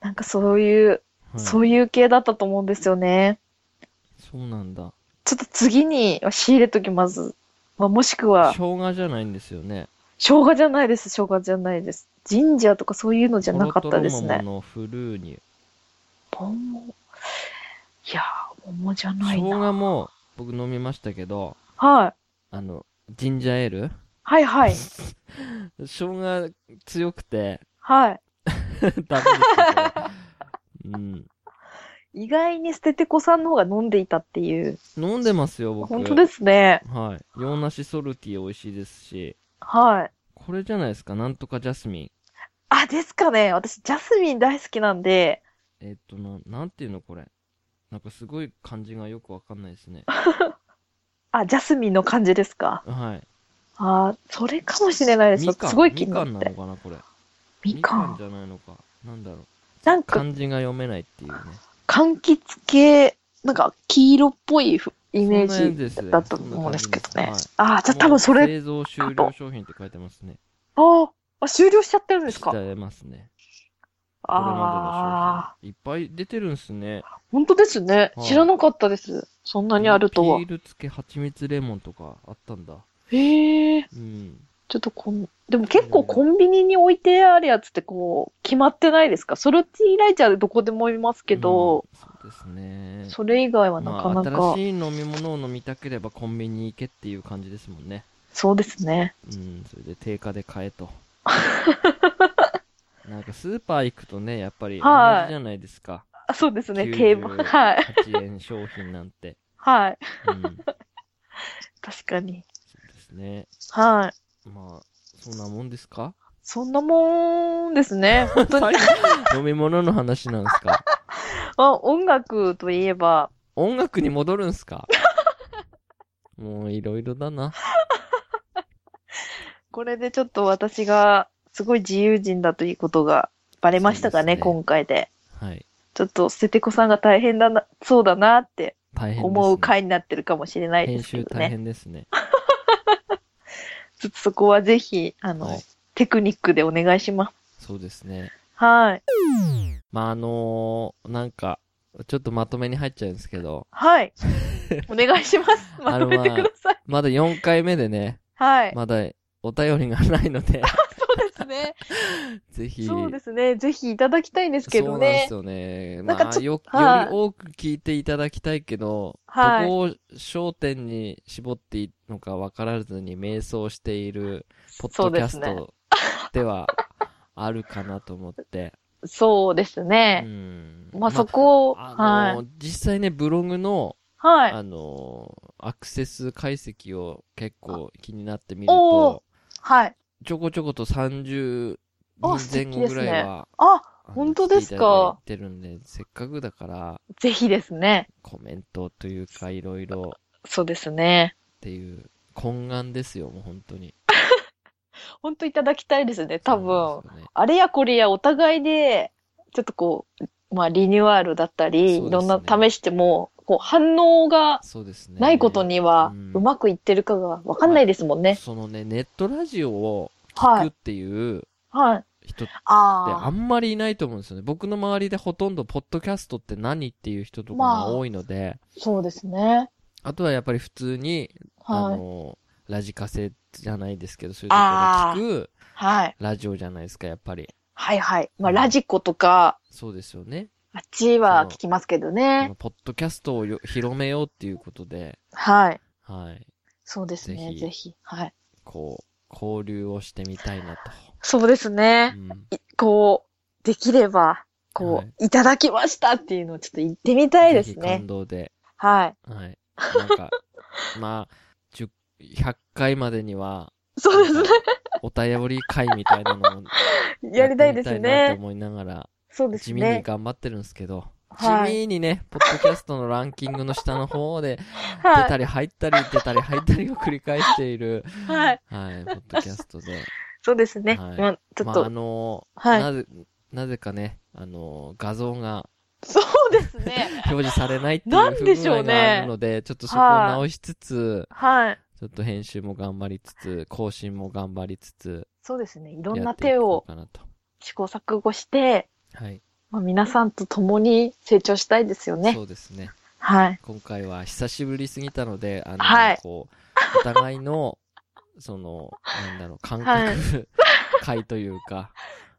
B: なんかそういう、そう
A: い
B: いう系だったと思うんですよね。
A: そうなんだ。
B: ちょっと次に仕入れときます。まあ、もしくは
A: 生、姜じゃないんですよね。
B: 生姜じゃないです、生姜じゃないです。ジンジャーとかそういうのじゃなかったです
A: トロトロ
B: ね。
A: 桃のフルーニュ。
B: 桃。いやー、桃じゃな
A: 生
B: いな。
A: 姜も僕飲みましたけど、
B: はい。
A: あの、ジンジャーエール
B: はいはい。
A: 生姜強くて、
B: はい。
A: ダメでした けど。うん。
B: 意外にステテコさんの方が飲んでいたっていう。
A: 飲んでますよ、僕。
B: 本当ですね。
A: はい。洋梨ソルティ美味しいですし、
B: はい。
A: これじゃないですか、なんとかジャスミン。
B: あ、ですかね。私、ジャスミン大好きなんで、
A: えっとな、なんていうのこれ。なんかすごい感じがよくわかんないですね。
B: あ、ジャスミンの感じですか。
A: はい。
B: あー、それかもしれないです。
A: みかん
B: すごい気に
A: み
B: な
A: か
B: っ
A: んな
B: て
A: の。かな、これ。
B: みかん。
A: じゃないのか。なんだろう。
B: なんか、
A: 漢字が読めないっていうね。
B: 柑橘系、なんか、黄色っぽいふイメ
A: そんなやつ
B: ー
A: で
B: ジ
A: す
B: だったと思うんですけどね。
A: そ
B: ああ、じゃあ多
A: もう
B: 分それ、
A: 製造終了商品って書いてますね。
B: ああ、終了しちゃってるんですか
A: 伝えますね。これ
B: ああ、
A: までの商品。いっぱい出てるんすね。
B: 本当ですね。
A: はい
B: 知らなかったです。そんなにあるとは
A: ビー。ル漬け蜂蜜レモンとかあったんだ。
B: へえ、
A: うん。
B: ちょっとこん、でも結構コンビニに置いてあるやつってこう、決まってないですかソルティーライチャーでどこでも見ますけど、
A: うんそうですね。
B: それ以外はな
A: ま
B: か
A: あ、
B: な
A: 新
B: か、
A: しい飲み物を飲みたければコンビニ行けっていう感じですもんね。
B: そうですね。
A: うん、それで定価で買 えと。なんかスーパー行くとね、やっぱり同
B: はい
A: じじゃないですか。
B: あそうですね、定番。 はい。
A: 98円商品なんて。
B: はい。
A: うん、そう
B: 確かに。
A: ですね。
B: はい。
A: まあ、そんなもんですか
B: そんなもんです ね。本当に。
A: 最後飲み物の話なんですか
B: あ、音楽といえば、
A: 音楽に戻るんす かもういろいろだな。
B: これでちょっと私がすごい自由人だということがバレましたか
A: そ
B: ね、
A: うですね
B: 今回で。
A: はい。
B: ちょっと捨ててこさんが大変だな、そうだなって
A: 大変です、ね。
B: 思う回になってるかもしれないで
A: 編
B: すけ
A: 集
B: ど
A: 大
B: ね。
A: 変ですね。
B: ちょっとそこはぜひ、あの、
A: はい
B: テクニックでお願いします。
A: そうですね。
B: はい。
A: まあ、あのーなんか、ちょっとまとめに入っちゃうんですけど、
B: はい。お願いします。ま
A: あの
B: とめて
A: まあ
B: ください。
A: まだ4回目でね、
B: はい。
A: まだお便りがないので、
B: そうですね。
A: ぜひ。
B: そうですね。ぜひいただきたいんですけ
A: そうな
B: ど
A: んで
B: ね
A: す。よね。
B: なんか
A: まあ、
B: ち
A: よ、よ
B: はい
A: り多く聞いていただきたいけど、
B: はい
A: どこを焦点に絞っていいのか分からずに迷走している、ポッド
B: そう
A: キ
B: で
A: ャ
B: す
A: ス
B: ね。
A: トではあるかなと思って。
B: そうです ね。
A: うん
B: まあ、そこを、
A: あ
B: はい
A: あ。のー実際ね、ブログの、
B: はい。
A: あのーアクセス解析を結構気になってみる
B: おー
A: と、
B: はい。
A: ちょこちょこと30
B: あ
A: 人前後ぐらいは、
B: あ、
A: あの
B: 本当ですか
A: 来ていただいてるんで、せっかくだから、
B: ぜひですね。
A: コメントというか、いろいろ
B: そうですね。
A: っていう、懇願ですよ、もう本当に。
B: 本当いただきたいですね。多分、
A: そうですよね
B: あれやこれやお互いで、ちょっとこう、まあリニューアルだったり、
A: そうですね
B: いろんな試しても、こう反応が
A: そうですね。
B: ないことには
A: うん、
B: うまくいってるかがわかんないですもんね。
A: そのね、ネットラジオを
B: は
A: 聞くっ
B: い。
A: ていう
B: はい。
A: 人ってあ
B: あ
A: んまりいないと思うんですよね。僕の周りでほとんど、ポッドキャストって何っていう人とか
B: ま
A: が
B: あ
A: 多いので、
B: あ、そうですね。
A: あとはやっぱり普通に、あ
B: はい。
A: の、ラジカセじゃないですけど、そういうとこ
B: あ
A: ろ
B: ー
A: で聞く
B: はい。
A: ラジオじゃないですか、やっぱり。
B: はいはい。まあラジコとか、
A: そうですよね。
B: あっちは聞きますけど
A: こ
B: ね。
A: のポッドキャストをよ広めようっていうことで、
B: はい。
A: はい。
B: そうです
A: ぜ
B: ね。
A: ひ
B: ぜひ。はい。
A: こう、交流をしてみたいな
B: そうです
A: と。
B: ね
A: う。ん、
B: いこう、できれば、こう、、
A: はい
B: ただきましたっていうのをちょっと言ってみたいです
A: ぜひ
B: ね
A: 感。動で。
B: は
A: はい。なんか、 まあ、10 100回までには、
B: い。そうです
A: お便り会みたいなのも
B: ね。やりたいです
A: やってみたいなと
B: ね。
A: 思いながら、
B: そうで
A: 地
B: す
A: 味に
B: ね。
A: 頑張ってるんですけど、
B: はい
A: 地味にね、ポッドキャストのランキングの下の方で、出
B: は
A: たり入ったり出たり入ったりを繰り返してい る、
B: い。はい。
A: はい、ポッドキャストで。
B: そうですね。
A: はい
B: まあ、ちょ
A: ま
B: っ
A: あ、
B: と、
A: あのー
B: はい
A: なぜ、なぜかね、あのー画像が
B: そうです ね。
A: 表示されないってい
B: なんで
A: う不
B: し
A: 具
B: ょ
A: 合
B: うね
A: があるので、ちょっとそこを
B: はい
A: 直しつつ、
B: はい。
A: ちょっと編集も頑張りつつ、更新も頑張りつつ、
B: そうですね。い
A: や
B: ろ
A: って
B: ん
A: い
B: な手を
A: こうかなと。
B: 試行錯誤して、
A: はい。
B: まあ、皆さんと共に成長したいですよね。
A: そうですね。
B: はい。
A: 今回は久しぶりすぎたので、あの、
B: はい
A: こう、お互いの、 その、なんだろう、感覚、会というか、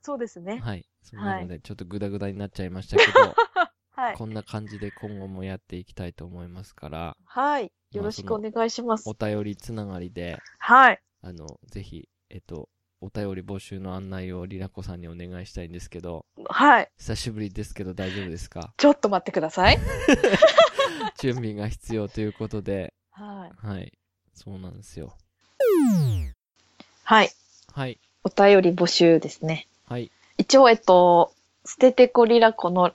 B: そうですね。
A: はい。そんなので、ちょっとグダグダになっちゃいましたけど、
B: はい。
A: こんな感じで今後もやっていきたいと思いますから、
B: はい。よろしくお願いします
A: お。便りつながりで、
B: はい。
A: あの、ぜひ、えっと、お便り募集の案内をりらこさんにお願いしたいんですけど、
B: はい。
A: 久しぶりですけど大丈夫ですか
B: ちょっと待ってください。
A: 準備が必要ということで、
B: はい。
A: はい。そうなんですよ。
B: はい。
A: はい。
B: お便り募集ですね。
A: はい。
B: 一応、えっと、捨ててこりらこの、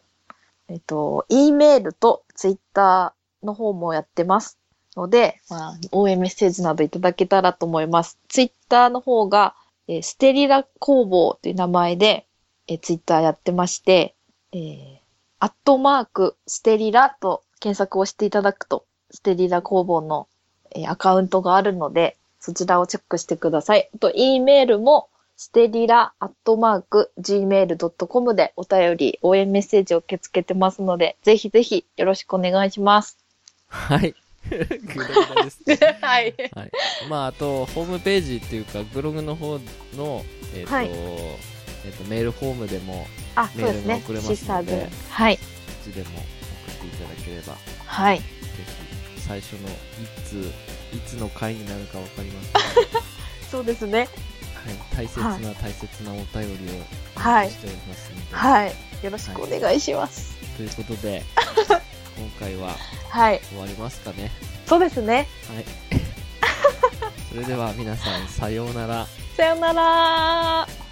B: えっと、E メールとツイッターの方もやってますので、まあ、応援メッセージなどいただけたらと思います。ツイッターの方が、えーステリラ工房という名前で、えーツイッターやってまして、えーアットマーク、ステリラと検索をしていただくと、ステリラ工房の、えーアカウントがあるので、そちらをチェックしてください。あと、E メールも、ステディラアットマーク gmail.com でお便り、応援メッセージを受け付けてますので、ぜひぜひよろしくお願いします。
A: はい。 グダグダです。
B: はい。
A: はい。まあ、あと、ホームページっていうか、ブログの方の、えっ、と、
B: はい
A: えっと、メールフォームでも、
B: あ、そう
A: メー
B: で
A: ル
B: す
A: が
B: ね
A: 送れ。ますので
B: シスターズ。はい。
A: いつでも送っていただければ、ぜ
B: はい。
A: ひ、最初のいつ、いつの回になるかわかります
B: そうですね。
A: はい、大切な大切なお便りを
B: は
A: お
B: い
A: 待ちしておりますので、
B: はい。よろしくお願いします。
A: ということ で今回は
B: はい。
A: 終わりますかね
B: そうですね。
A: はいそれでは皆さんさようなら
B: さよなら